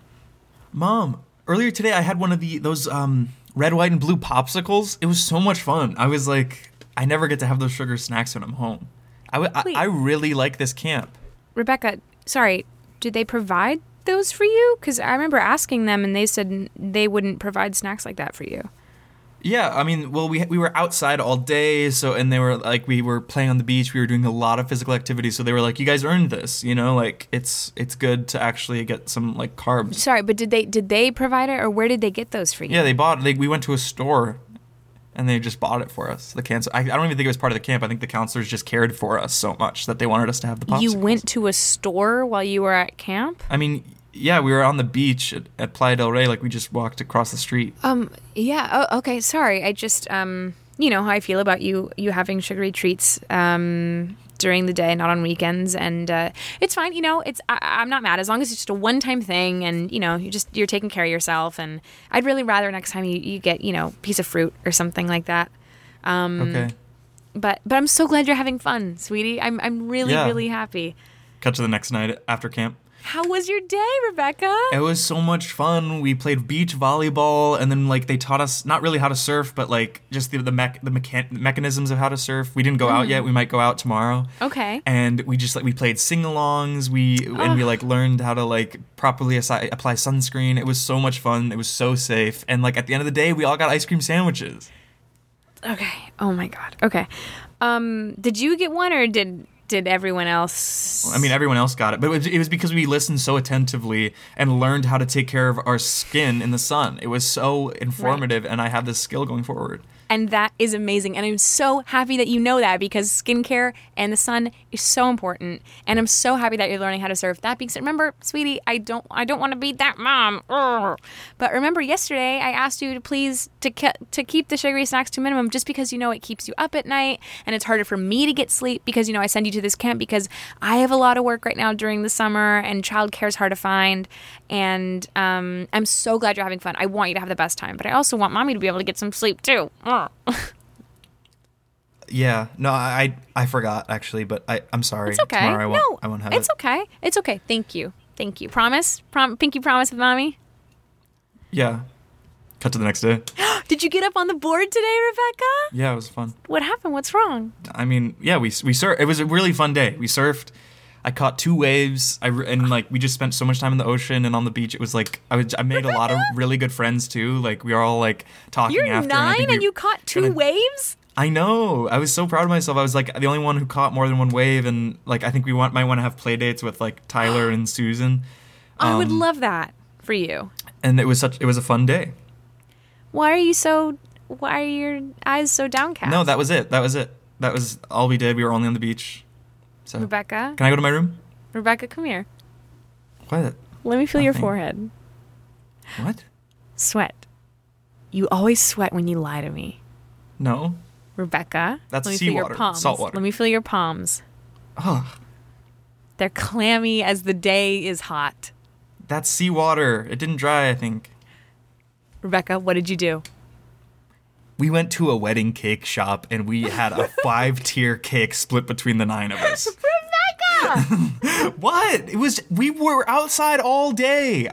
S5: Mom, earlier today I had one of the those um, red, white, and blue popsicles. It was so much fun. I was like, I never get to have those sugar snacks when I'm home. I, w- I,
S6: Wait.
S5: I really like this camp.
S6: Rebecca, sorry, did they provide those for you? Because I remember asking them and they said n- they wouldn't provide snacks like that for you.
S5: Yeah, I mean, well, we we were outside all day, so and they were like, we were playing on the beach, we were doing a lot of physical activity, so they were like, you guys earned this, you know, like it's it's good to actually get some like carbs.
S6: Sorry, but did they did they provide it or where did they get those for you?
S5: Yeah, they bought. Like we went to a store, and they just bought it for us. The cancer. I, I don't even think it was part of the camp. I think the counselors just cared for us so much that they wanted us to have the popsicles.
S6: you went to a store while you were at camp?
S5: I mean, yeah, we were on the beach at, at Playa del Rey. Like we just walked across the street.
S6: Um yeah, oh okay, sorry. I just um you know how I feel about you you having sugary treats um during the day, not on weekends, and uh, it's fine. You know, it's I, I'm not mad as long as it's just a one-time thing, and you know, you just you're taking care of yourself. And I'd really rather next time you, you get you know piece of fruit or something like that. Um,
S5: Okay.
S6: But but I'm so glad you're having fun, sweetie. I'm I'm really
S5: Yeah.
S6: really happy.
S5: Cut to the next night after camp.
S6: How was your day, Rebecca?
S5: It was so much fun. We played beach volleyball, and then like they taught us not really how to surf, but like just the the, mech- the mechan- mechanisms of how to surf. We didn't go out
S6: Mm.
S5: yet. We might go out tomorrow.
S6: Okay.
S5: And we just like we played sing-alongs. We and we
S6: Ugh.
S5: like learned how to like properly assi- apply sunscreen. It was so much fun. It was so safe. And like at the end of the day, we all got ice cream sandwiches.
S6: Okay. Oh my god. Okay. Um, did you get one or did did everyone else?
S5: I mean, everyone else got it, but it was, it was because we listened so attentively and learned how to take care of our skin in the sun. It was so informative, and I had this skill going forward.
S6: And that is amazing. And I'm so happy that you know that because skincare and the sun is so important. And I'm so happy that you're learning how to surf. That being said, remember, sweetie, I don't I don't want to be that mom. Ugh. But remember yesterday I asked you to please to ke- to keep the sugary snacks to a minimum just because you know it keeps you up at night and it's harder for me to get sleep because you know I send you to this camp because I have a lot of work right now during the summer and childcare is hard to find. And um, I'm so glad you're having fun. I want you to have the best time, but I also want mommy to be able to get some sleep too. Mm. [LAUGHS] Ugh.
S5: Yeah, no, I I I forgot actually, but I I'm sorry.
S6: It's okay.
S5: Tomorrow I won't,
S6: no,
S5: I won't have
S6: it's
S5: it.
S6: okay. It's okay. Thank you. Thank you. Promise. Prom- pinky promise with mommy.
S5: Yeah. Cut to the next
S6: [LAUGHS]
S5: day.
S6: Did you get up on the board today, Rebecca?
S5: Yeah, it was fun.
S6: What happened? What's wrong?
S5: I mean, yeah, we we surfed. It was a really fun day. We surfed. I caught two waves. I re- and like we just spent so much time in the ocean and on the beach. It was like I was, I made a
S6: [LAUGHS]
S5: lot of really good friends too. Like we were all like talking
S6: You're
S5: after. and I
S6: nine
S5: think
S6: and,
S5: we-
S6: you caught 2
S5: gonna-
S6: waves.
S5: I know. I was so proud of myself. I was like the only one who caught more than one wave, and like I think we want, might want to have play dates with like
S6: [GASPS]
S5: Tyler and Susan.
S6: I would
S5: Um,
S6: love that for you.
S5: And it was such. It was a fun day.
S6: Why are you so? Why are your eyes so downcast?
S5: No, that was it. That was it. That was all we did. We were only on the beach. So
S6: Rebecca.
S5: Can I go to my room?
S6: Rebecca, come here.
S5: What?
S6: Let me feel your
S5: Nothing.
S6: forehead.
S5: What?
S6: Sweat. You always sweat when you lie to me,
S5: No.
S6: Rebecca.
S5: That's
S6: let me feel
S5: seawater,
S6: your palms.
S5: salt water.
S6: Let me feel your palms.
S5: Oh,
S6: They're clammy as the day is hot.
S5: that's seawater. It didn't dry, I think.
S6: Rebecca, what did you do?
S5: We went to a wedding cake shop and we had [LAUGHS] a five tier cake split between the nine of us. [LAUGHS] what? It was we were outside all day.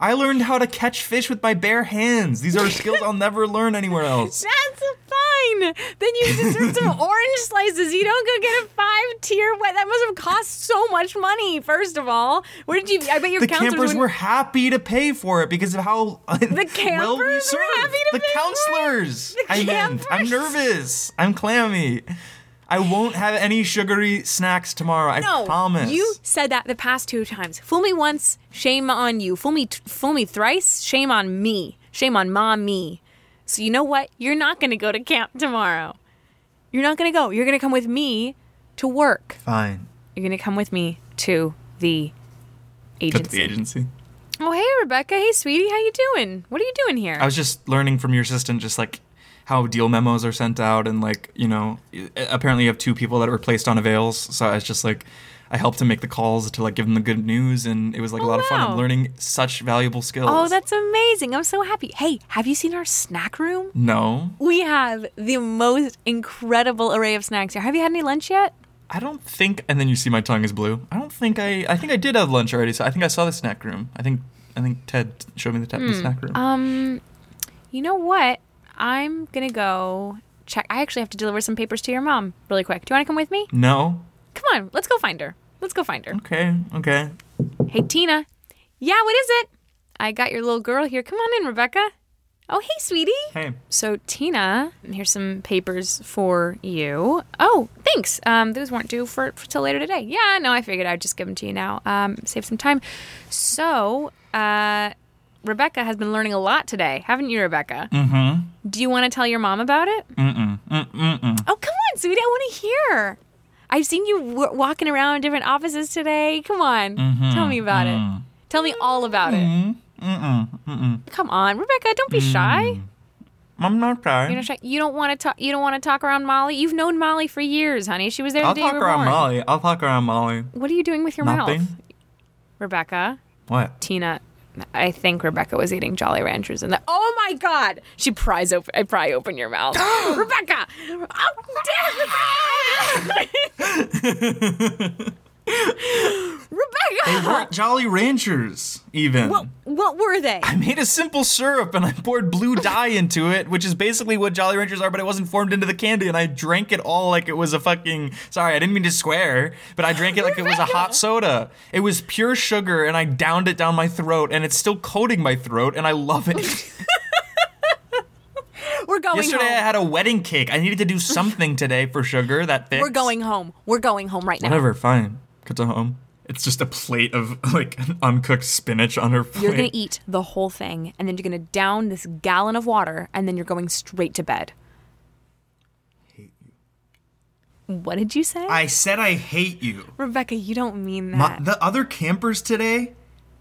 S5: I learned how to catch fish with my bare hands. These are skills I'll never learn anywhere else.
S6: That's fine. Then you deserve
S5: [LAUGHS]
S6: some orange slices. You don't go get a five tier wet. That must have cost so much money. First of all, where did you? I bet your
S5: the
S6: counselors
S5: campers
S6: wouldn't-
S5: were happy to pay for it because of how [LAUGHS] the well we
S6: campers were
S5: served.
S6: happy to
S5: the
S6: pay for it?
S5: counselors.
S6: The
S5: I meant. I'm
S6: campers?
S5: nervous. I'm clammy. I won't have any sugary snacks tomorrow.
S6: No,
S5: I [LAUGHS] promise.
S6: you said that the past two times. Fool me once, shame on you. Fool me, t- fool me thrice, shame on me. Shame on mommy. So you know what? You're not going to go to camp tomorrow. You're not going to go. You're going to come with me to work.
S5: Fine.
S6: You're going to come with me to the
S5: Cut to the
S6: agency.
S5: agency.
S6: Oh, hey, Rebecca. Hey, sweetie. How you doing? What are you doing here?
S5: I was just learning from your assistant, just like how deal memos are sent out, and like you know, i- apparently you have two people that were placed on avails. So I was just like, I helped him make the calls to like give him the good news, and it was like a
S6: Oh,
S5: lot of fun.
S6: wow.
S5: I'm learning such valuable skills.
S6: oh, that's amazing. I'm so happy. Hey, have you seen our snack room?
S5: no.
S6: We have the most incredible array of snacks here. Have you had any lunch yet?
S5: I don't think. And then you see my tongue is blue. I don't think I. I think I did have lunch already. So I think I saw the snack room. I think. I think Ted
S6: Hmm. Uh,
S5: showed me the, ta- the snack room.
S6: Um, you know what? I'm gonna go check. I actually have to deliver some papers to your mom really quick. Do you want to come with me?
S5: No.
S6: Come on, let's go find her. Let's go find her.
S5: Okay. Okay.
S6: Hey, Tina. Yeah, what is it? I got your little girl here. Come on in, Rebecca. Oh, hey, sweetie.
S5: Hey.
S6: So, Tina, here's some papers for you. Oh, thanks. Um, those weren't due for, for till later today. Yeah, no, I figured I'd just give them to you now. Um, save some time. So, uh, Rebecca has been learning a lot today, haven't you, Rebecca?
S5: Mm-hmm.
S6: Do you want to tell your mom about it?
S5: Mm-mm. Mm-mm.
S6: Oh, come on, sweetie. I want to hear. I've seen you w- walking around different offices today. Come on.
S5: Mm-hmm,
S6: Tell me about it. Tell me all about it.
S5: Mm-mm. Mm-mm. Mm.
S6: Come on, Rebecca. Don't be shy.
S5: I'm not sorry.
S6: You're not shy. You don't want to talk. You don't want to talk around Molly. You've known Molly for years, honey. She was there the
S5: I'll
S6: day you
S5: talk
S6: were
S5: around
S6: born.
S5: Molly. I'll talk around Molly.
S6: What are you doing with your
S5: Nothing.
S6: mouth, Rebecca?
S5: What?
S6: Tina. I think Rebecca was eating Jolly Ranchers and the Oh my god! She pries open I pry open your
S5: [GASPS]
S6: mouth. Rebecca! Oh, damn, Rebecca!
S5: [LAUGHS] They
S6: Rebecca!
S5: [LAUGHS] weren't Jolly Ranchers, even.
S6: What what were they?
S5: I made a simple syrup and I poured blue dye into it, which is basically what Jolly Ranchers are, but it wasn't formed into the candy, and I drank it all like it was a fucking. Sorry, I didn't mean to swear, but I drank it like it was a
S6: [LAUGHS]
S5: hot soda. It was pure sugar, and I downed it down my throat, and it's still coating my throat, and I love
S6: [LAUGHS]
S5: it. [LAUGHS]
S6: We're going
S5: Yesterday I
S6: home.
S5: had a wedding cake. I needed to do
S6: [LAUGHS]
S5: something today for sugar. That fits.
S6: We're going home. We're going home right now.
S5: Whatever, fine. Get to home. It's just a plate of like uncooked spinach on her plate.
S6: You're gonna eat the whole thing, and then you're gonna down this gallon of water, and then you're going straight to bed. What did you say,
S5: I said I hate you.
S6: Rebecca? You don't mean
S5: My,
S6: that.
S5: the other campers today,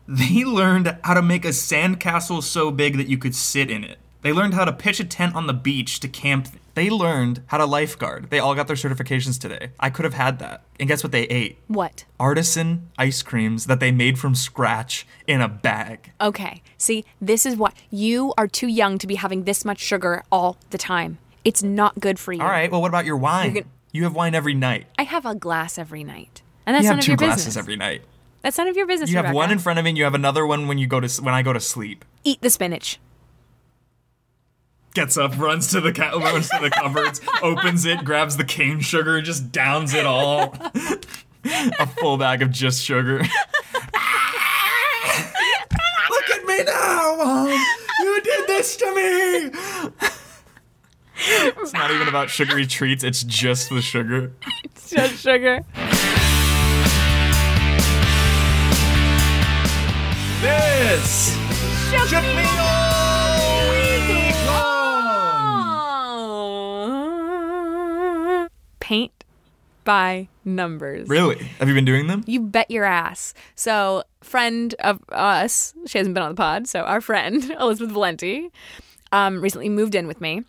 S5: they [LAUGHS] learned how to make a sandcastle so big that you could sit in it. They learned how to pitch a tent on the beach to camp. They learned how to lifeguard. They all got their certifications today. I could have had that. And guess what they ate?
S6: what?
S5: Artisan ice creams that they made from scratch in a bag.
S6: Okay. See, this is what you are too young to be having this much sugar all the time. It's not good for you.
S5: All right, well, what about your wine?
S6: You're gonna-
S5: you have wine every night.
S6: I have a glass every night, and that's
S5: you
S6: none
S5: have
S6: of
S5: two
S6: your
S5: glasses
S6: business.
S5: every night.
S6: that's none of your business.
S5: You have
S6: Rebecca.
S5: one in front of me, and you have another one when you go to s- when I go to sleep.
S6: Eat the spinach.
S5: Gets up, runs to the ca- runs to the [LAUGHS] cupboards, opens it, grabs the cane sugar, and just downs it all. A full bag of just sugar. [LAUGHS] Look at me now, Mom. You did this to me. it's not even about sugary treats. It's just the sugar.
S6: Just sugar.
S5: This shook me all week long.
S6: Paint by numbers.
S5: Really? Have you been doing them?
S6: You bet your ass. So, friend of us, she hasn't been on the pod, so our friend, [LAUGHS] Elizabeth Valenti, um, recently moved in with me,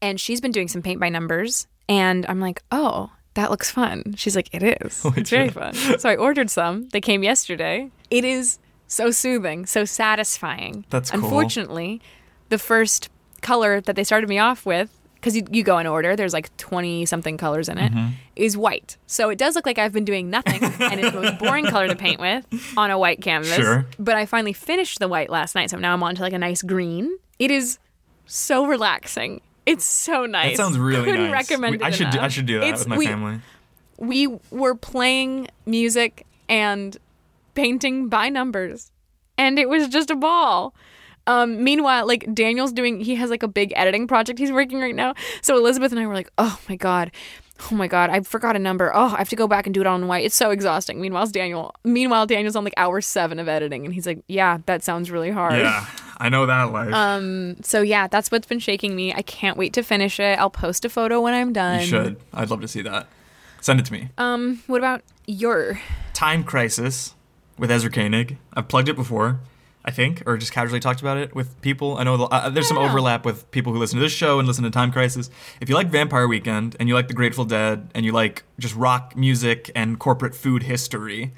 S6: and she's been doing some paint by numbers, and I'm like, oh, that looks fun. She's like, it
S5: [LAUGHS]
S6: is.
S5: Oh,
S6: it's very fun. So I ordered some. They came yesterday. It is so soothing, so satisfying.
S5: That's cool.
S6: Unfortunately, the first color that they started me off with, because you, you go in order, there's like 20 something colors in it, is
S5: Mm-hmm.
S6: white. So it does look like I've been doing nothing and it's the most boring color to paint with on a white canvas.
S5: Sure.
S6: But I finally finished the white last night, so now I'm on to like a nice green. It is so relaxing. It's so nice.
S5: That sounds really
S6: Couldn't
S5: nice.
S6: recommend
S5: We-
S6: it
S5: I should do,
S6: enough.
S5: I should do that
S6: It's-
S5: with my
S6: we,
S5: family.
S6: We were playing music and painting by numbers, and it was just a ball. Um, meanwhile, like Daniel's doing, he has like a big editing project he's working right now. So Elizabeth and I were like, oh my God. Oh my God, I forgot a number. Oh, I have to go back and do it on white. It's so exhausting. Meanwhile, Daniel. Meanwhile, Daniel's on like hour seven of editing, and he's like, "Yeah, that sounds really hard."
S5: Yeah, I know that life.
S6: So yeah, that's what's been shaking me. I can't wait to finish it. I'll post a photo when I'm done.
S5: you should. I'd love to see that. Send it to me.
S6: Um, what about your?
S5: Time Crisis with Ezra Koenig. I've plugged it before, I think, or just casually talked about it with people. I know the- uh, there's some overlap with people who listen to this show and listen to Time Crisis. If you like Vampire Weekend and you like The Grateful Dead and you like just rock music and corporate food history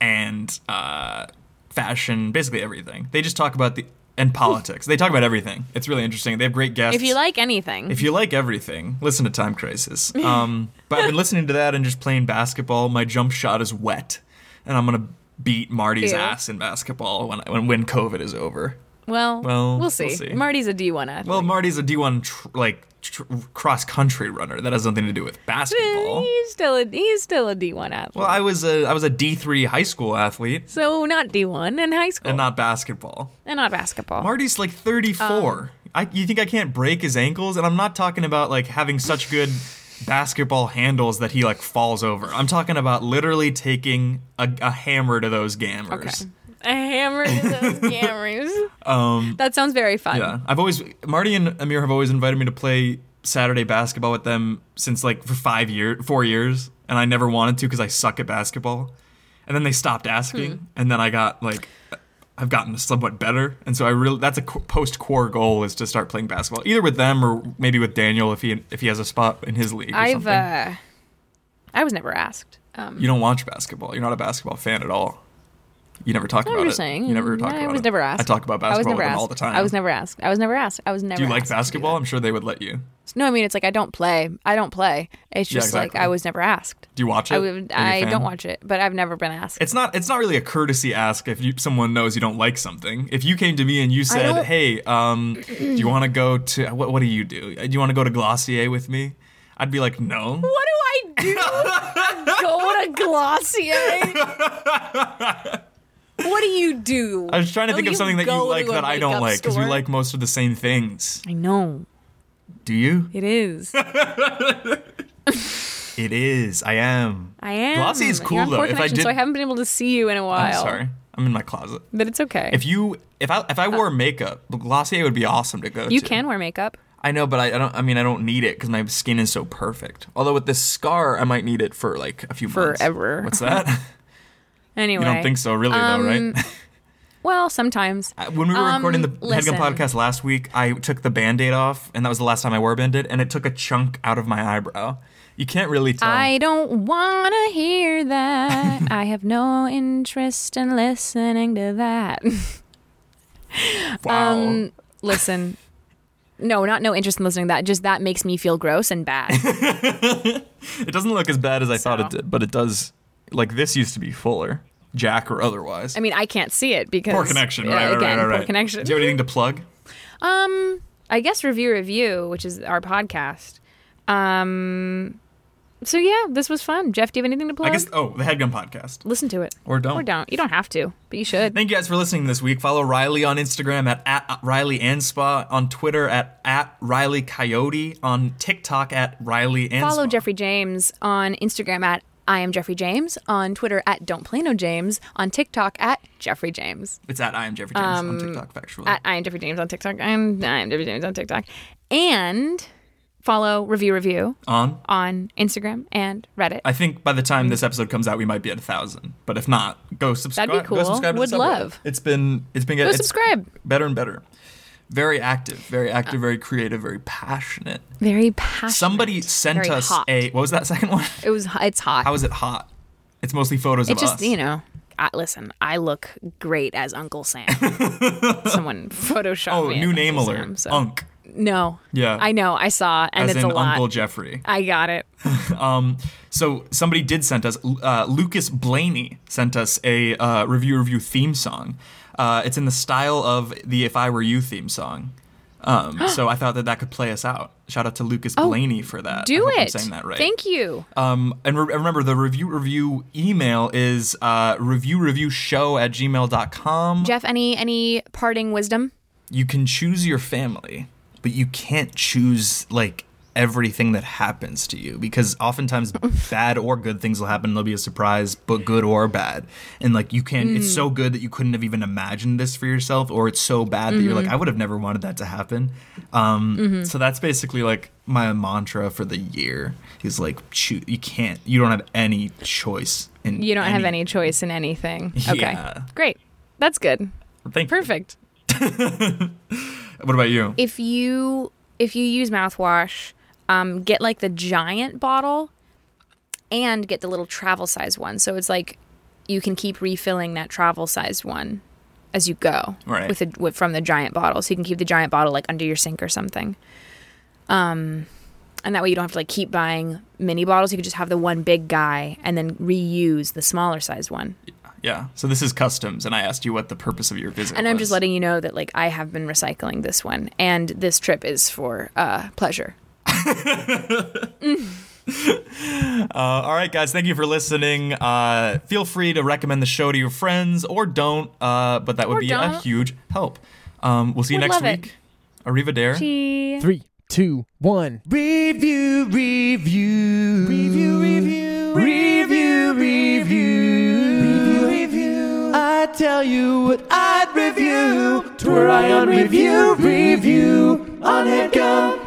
S5: and uh, fashion, basically everything, they just talk about the and politics. They talk about everything. It's really interesting. They have great guests.
S6: If you like anything,
S5: If you like everything, listen to Time Crisis. Um, but I've been listening to that and just playing basketball. My jump shot is wet, and I'm gonna beat Marty's
S6: Ew.
S5: ass in basketball when, when when COVID is over.
S6: Well,
S5: Well,
S6: we'll
S5: we'll
S6: see.
S5: see.
S6: Marty's a D1 athlete.
S5: Well, Marty's a D1 tr- like tr- cross country runner. That has nothing to do with basketball.
S6: he's still a he's still a D1 athlete.
S5: Well, I was a I was a D3 high school athlete
S6: so not D1 in high school
S5: and not basketball.
S6: and not basketball. [LAUGHS]
S5: Marty's like 34. I, you think I can't break his ankles? And I'm not talking about like having such good basketball handles that he like falls over. I'm talking about literally taking a, a hammer to those gammers.
S6: a hammer to those
S5: [LAUGHS]
S6: cameras.
S5: Um,
S6: That sounds very fun.
S5: yeah, I've always Marty and Amir have always invited me to play Saturday basketball with them since like for five years, four years, and I never wanted to because I suck at basketball. And then they stopped asking,
S6: Hmm.
S5: and then I got like, I've gotten somewhat better, and so I really that's a post core goal is to start playing basketball either with them or maybe with Daniel if he if he has a spot in his league. Or
S6: I've
S5: something.
S6: uh, I was never asked. Um,
S5: you don't watch basketball. You're not a basketball fan at all. You never talk
S6: I'm
S5: about
S6: just
S5: it.
S6: saying.
S5: You never talk
S6: I
S5: about
S6: was
S5: it.
S6: never asked.
S5: I talk about
S6: I was
S5: basketball
S6: never
S5: with them
S6: asked.
S5: all the time.
S6: I was never asked. I was never asked. I was never.
S5: Do you like
S6: asked to do
S5: basketball?
S6: that.
S5: I'm sure they would let you.
S6: No, I mean it's like I don't play. I don't play. It's
S5: Yeah,
S6: just
S5: exactly.
S6: like I was never asked.
S5: Do you watch it?
S6: I
S5: Are you
S6: would.
S5: a
S6: I
S5: fan?
S6: don't watch it, but I've never been asked.
S5: It's not. It's not really a courtesy ask if you, someone knows you don't like something. If you came to me and you said,
S6: don't-
S5: "Hey, um, do you want to go to what? What do you do? Do you want to go to Glossier with me?" I'd be like, "No."
S6: What do
S5: [LAUGHS]
S6: I do? Go to Glossier. what do you do?
S5: I was trying to
S6: No,
S5: think of
S6: Oh, you
S5: something that
S6: go
S5: you
S6: to
S5: like
S6: a
S5: that I don't
S6: makeup
S5: like because we
S6: store.
S5: like most of the same things.
S6: I know
S5: Do you?
S6: it is.
S5: It is. I am.
S6: I am.
S5: Glossier is
S6: You're
S5: cool,
S6: on poor
S5: though. If I
S6: connection, so I
S5: did-
S6: haven't been able to see you in a while.
S5: I'm sorry. I'm in my closet.
S6: but it's okay.
S5: If you, if I, if I wore makeup, Glossier would be awesome to go to.
S6: Uh, you can wear makeup.
S5: I know, but I, I don't. I mean, I don't need it because my skin is so perfect. Although with this scar, I might need it for like a few months.
S6: Forever.
S5: What's
S6: [LAUGHS]
S5: that?
S6: Anyway,
S5: you don't think so, really, [LAUGHS] though, right?
S6: Well, sometimes.
S5: Uh, when we were
S6: um,
S5: recording the Headgun
S6: listen.
S5: podcast last week, I took the band-aid off, and that was the last time I wore a band-aid, and it took a chunk out of my eyebrow. You can't really tell.
S6: I don't want to
S5: [LAUGHS]
S6: hear that. I have no interest in listening to that. [LAUGHS]
S5: wow.
S6: Um, listen. No, not no interest in listening to that. Just that makes me feel gross and bad.
S5: it doesn't look as bad as I thought it
S6: so-
S5: did, but it does. Like this used to be fuller, Jack or otherwise.
S6: I mean, I can't see it because
S5: poor connection.
S6: Yeah,
S5: Right, right, right,
S6: again,
S5: right,
S6: poor
S5: right.
S6: connection.
S5: Do you have anything to plug?
S6: Um, I guess review review, which is our podcast. Um, so yeah, this was fun. Jeff, do you have anything to plug?
S5: I guess. Oh, the Headgun podcast.
S6: Listen to it
S5: Or don't.
S6: Or don't. You don't have to, but you should.
S5: Thank you guys for listening this week. Follow Riley on Instagram at, at Riley and Spa, on Twitter at, at Riley Coyote, on TikTok at Riley and
S6: Follow
S5: Spa.
S6: Jeffrey James on Instagram at I am Jeffrey James, on Twitter at Don't Play No James, on TikTok at Jeffrey James.
S5: It's at I am Jeffrey James on TikTok, factually.
S6: Um, At I am Jeffrey James on TikTok. I'm I am Jeffrey James on TikTok. And follow Review Review
S5: on?
S6: on Instagram and Reddit.
S5: I think by the time this episode comes out, we might be at a thousand. But if not, go subscribe.
S6: That'd be
S5: Go
S6: cool.
S5: subscribe to the
S6: Would
S5: subreddit.
S6: love.
S5: It's been it's been
S6: Go
S5: it's
S6: subscribe.
S5: Better and better. Very active, very active, very creative, very passionate.
S6: Very passionate.
S5: Somebody sent
S6: Very
S5: us
S6: hot.
S5: a what was that [LAUGHS] second one?
S6: It was it's hot.
S5: How is it hot? It's mostly photos
S6: It
S5: of
S6: just
S5: us.
S6: you know. I, listen, I look great as Uncle
S5: [LAUGHS]
S6: Sam. Someone photoshopped
S5: oh,
S6: me. as
S5: new name
S6: Uncle
S5: alert.
S6: Sam, so-
S5: Unk.
S6: No.
S5: Yeah.
S6: I know. I saw, and
S5: As
S6: it's
S5: in
S6: a lot.
S5: Uncle Jeffrey.
S6: I got it.
S5: So somebody did send us uh, Lucas Blaney sent us a uh, review review theme song. Uh, it's in the style of the "If I Were You" theme song.
S6: [GASPS]
S5: Um, so I thought that that could play us out. Shout out to Lucas Blaney for that. I
S6: Oh, Do
S5: hope
S6: it.
S5: I'm saying that right.
S6: Thank you.
S5: Um, and re- remember, the review review email is uh, review review show at gmail.com.
S6: Jeff, any any parting wisdom?
S5: you can choose your family, but you can't choose like everything that happens to you because
S6: [LAUGHS]
S5: oftentimes bad or good things will happen. They'll be a surprise, but good or bad. And like you can't, it's
S6: Mm.
S5: so good that you couldn't have even imagined this for yourself, or it's so bad that you're
S6: Mm-hmm.
S5: like, I would have never wanted that to happen. Um, So that's basically like my mantra for the year is like, choo- you can't, you don't have any choice. In
S6: You don't have any choice
S5: [LAUGHS]
S6: in anything. Okay.
S5: Yeah.
S6: Great. That's good.
S5: Thank you.
S6: Perfect.
S5: What about you?
S6: If you if you use mouthwash, um, get like the giant bottle and get the little travel size one. So it's like you can keep refilling that travel size one as you go
S5: Right.
S6: with, the with from the giant bottle. So you can keep the giant bottle like under your sink or something. Um and that way you don't have to like keep buying mini bottles. You can just have the one big guy and then reuse the smaller size one.
S5: Yeah. So this is customs, and I asked you what the purpose of your visit.
S6: And I'm just
S5: was.
S6: letting you know that like I have been recycling this one, and this trip is for uh, pleasure.
S5: Uh, all right, guys, thank you for listening. Uh, feel free to recommend the show to your friends or don't, uh, but that would
S6: Or
S5: be a
S6: don't.
S5: huge help. Um, we'll see you
S6: We'd
S5: next
S6: love it.
S5: week. Arriva Dare.
S9: Three, two, one. Review, review, review, review, review, review, review, review. I tell you what I'd review. Twir I on review, review on headgum.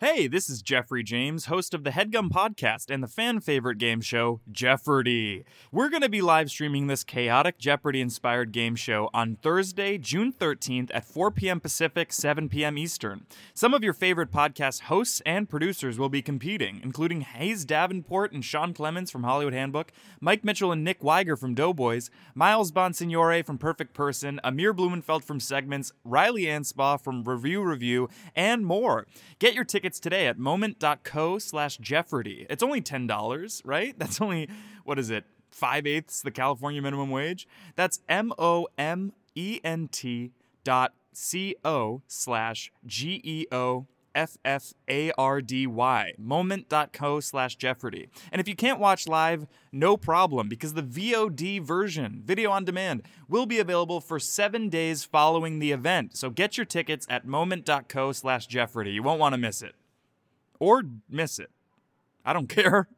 S5: Hey, this is Jeffrey James, host of the Headgum Podcast and the fan favorite game show, Jeopardy. We're going to be live streaming this chaotic Jeopardy inspired game show on Thursday, June 13th at 4 p.m. Pacific, 7 p.m. Eastern. Some of your favorite podcast hosts and producers will be competing, including Hayes Davenport and Sean Clemens from Hollywood Handbook, Mike Mitchell and Nick Weiger from Doughboys, Miles Bonsignore from Perfect Person, Amir Blumenfeld from Segments, Riley Anspaugh from Review Review, and more. Get your tickets today at moment.co slash Jeopardy. It's only $10, right? [LAUGHS] That's only, what is it, 5 eighths the California minimum wage? That's M O M E N T dot C O slash G E O F F A R D Y, moment.co slash Jeopardy. And if you can't watch live, no problem, because the VOD version, video on demand, will be available for seven days following the event. So get your tickets at moment.co slash Jeopardy. You won't want to miss it. Or miss it. I don't [LAUGHS] care.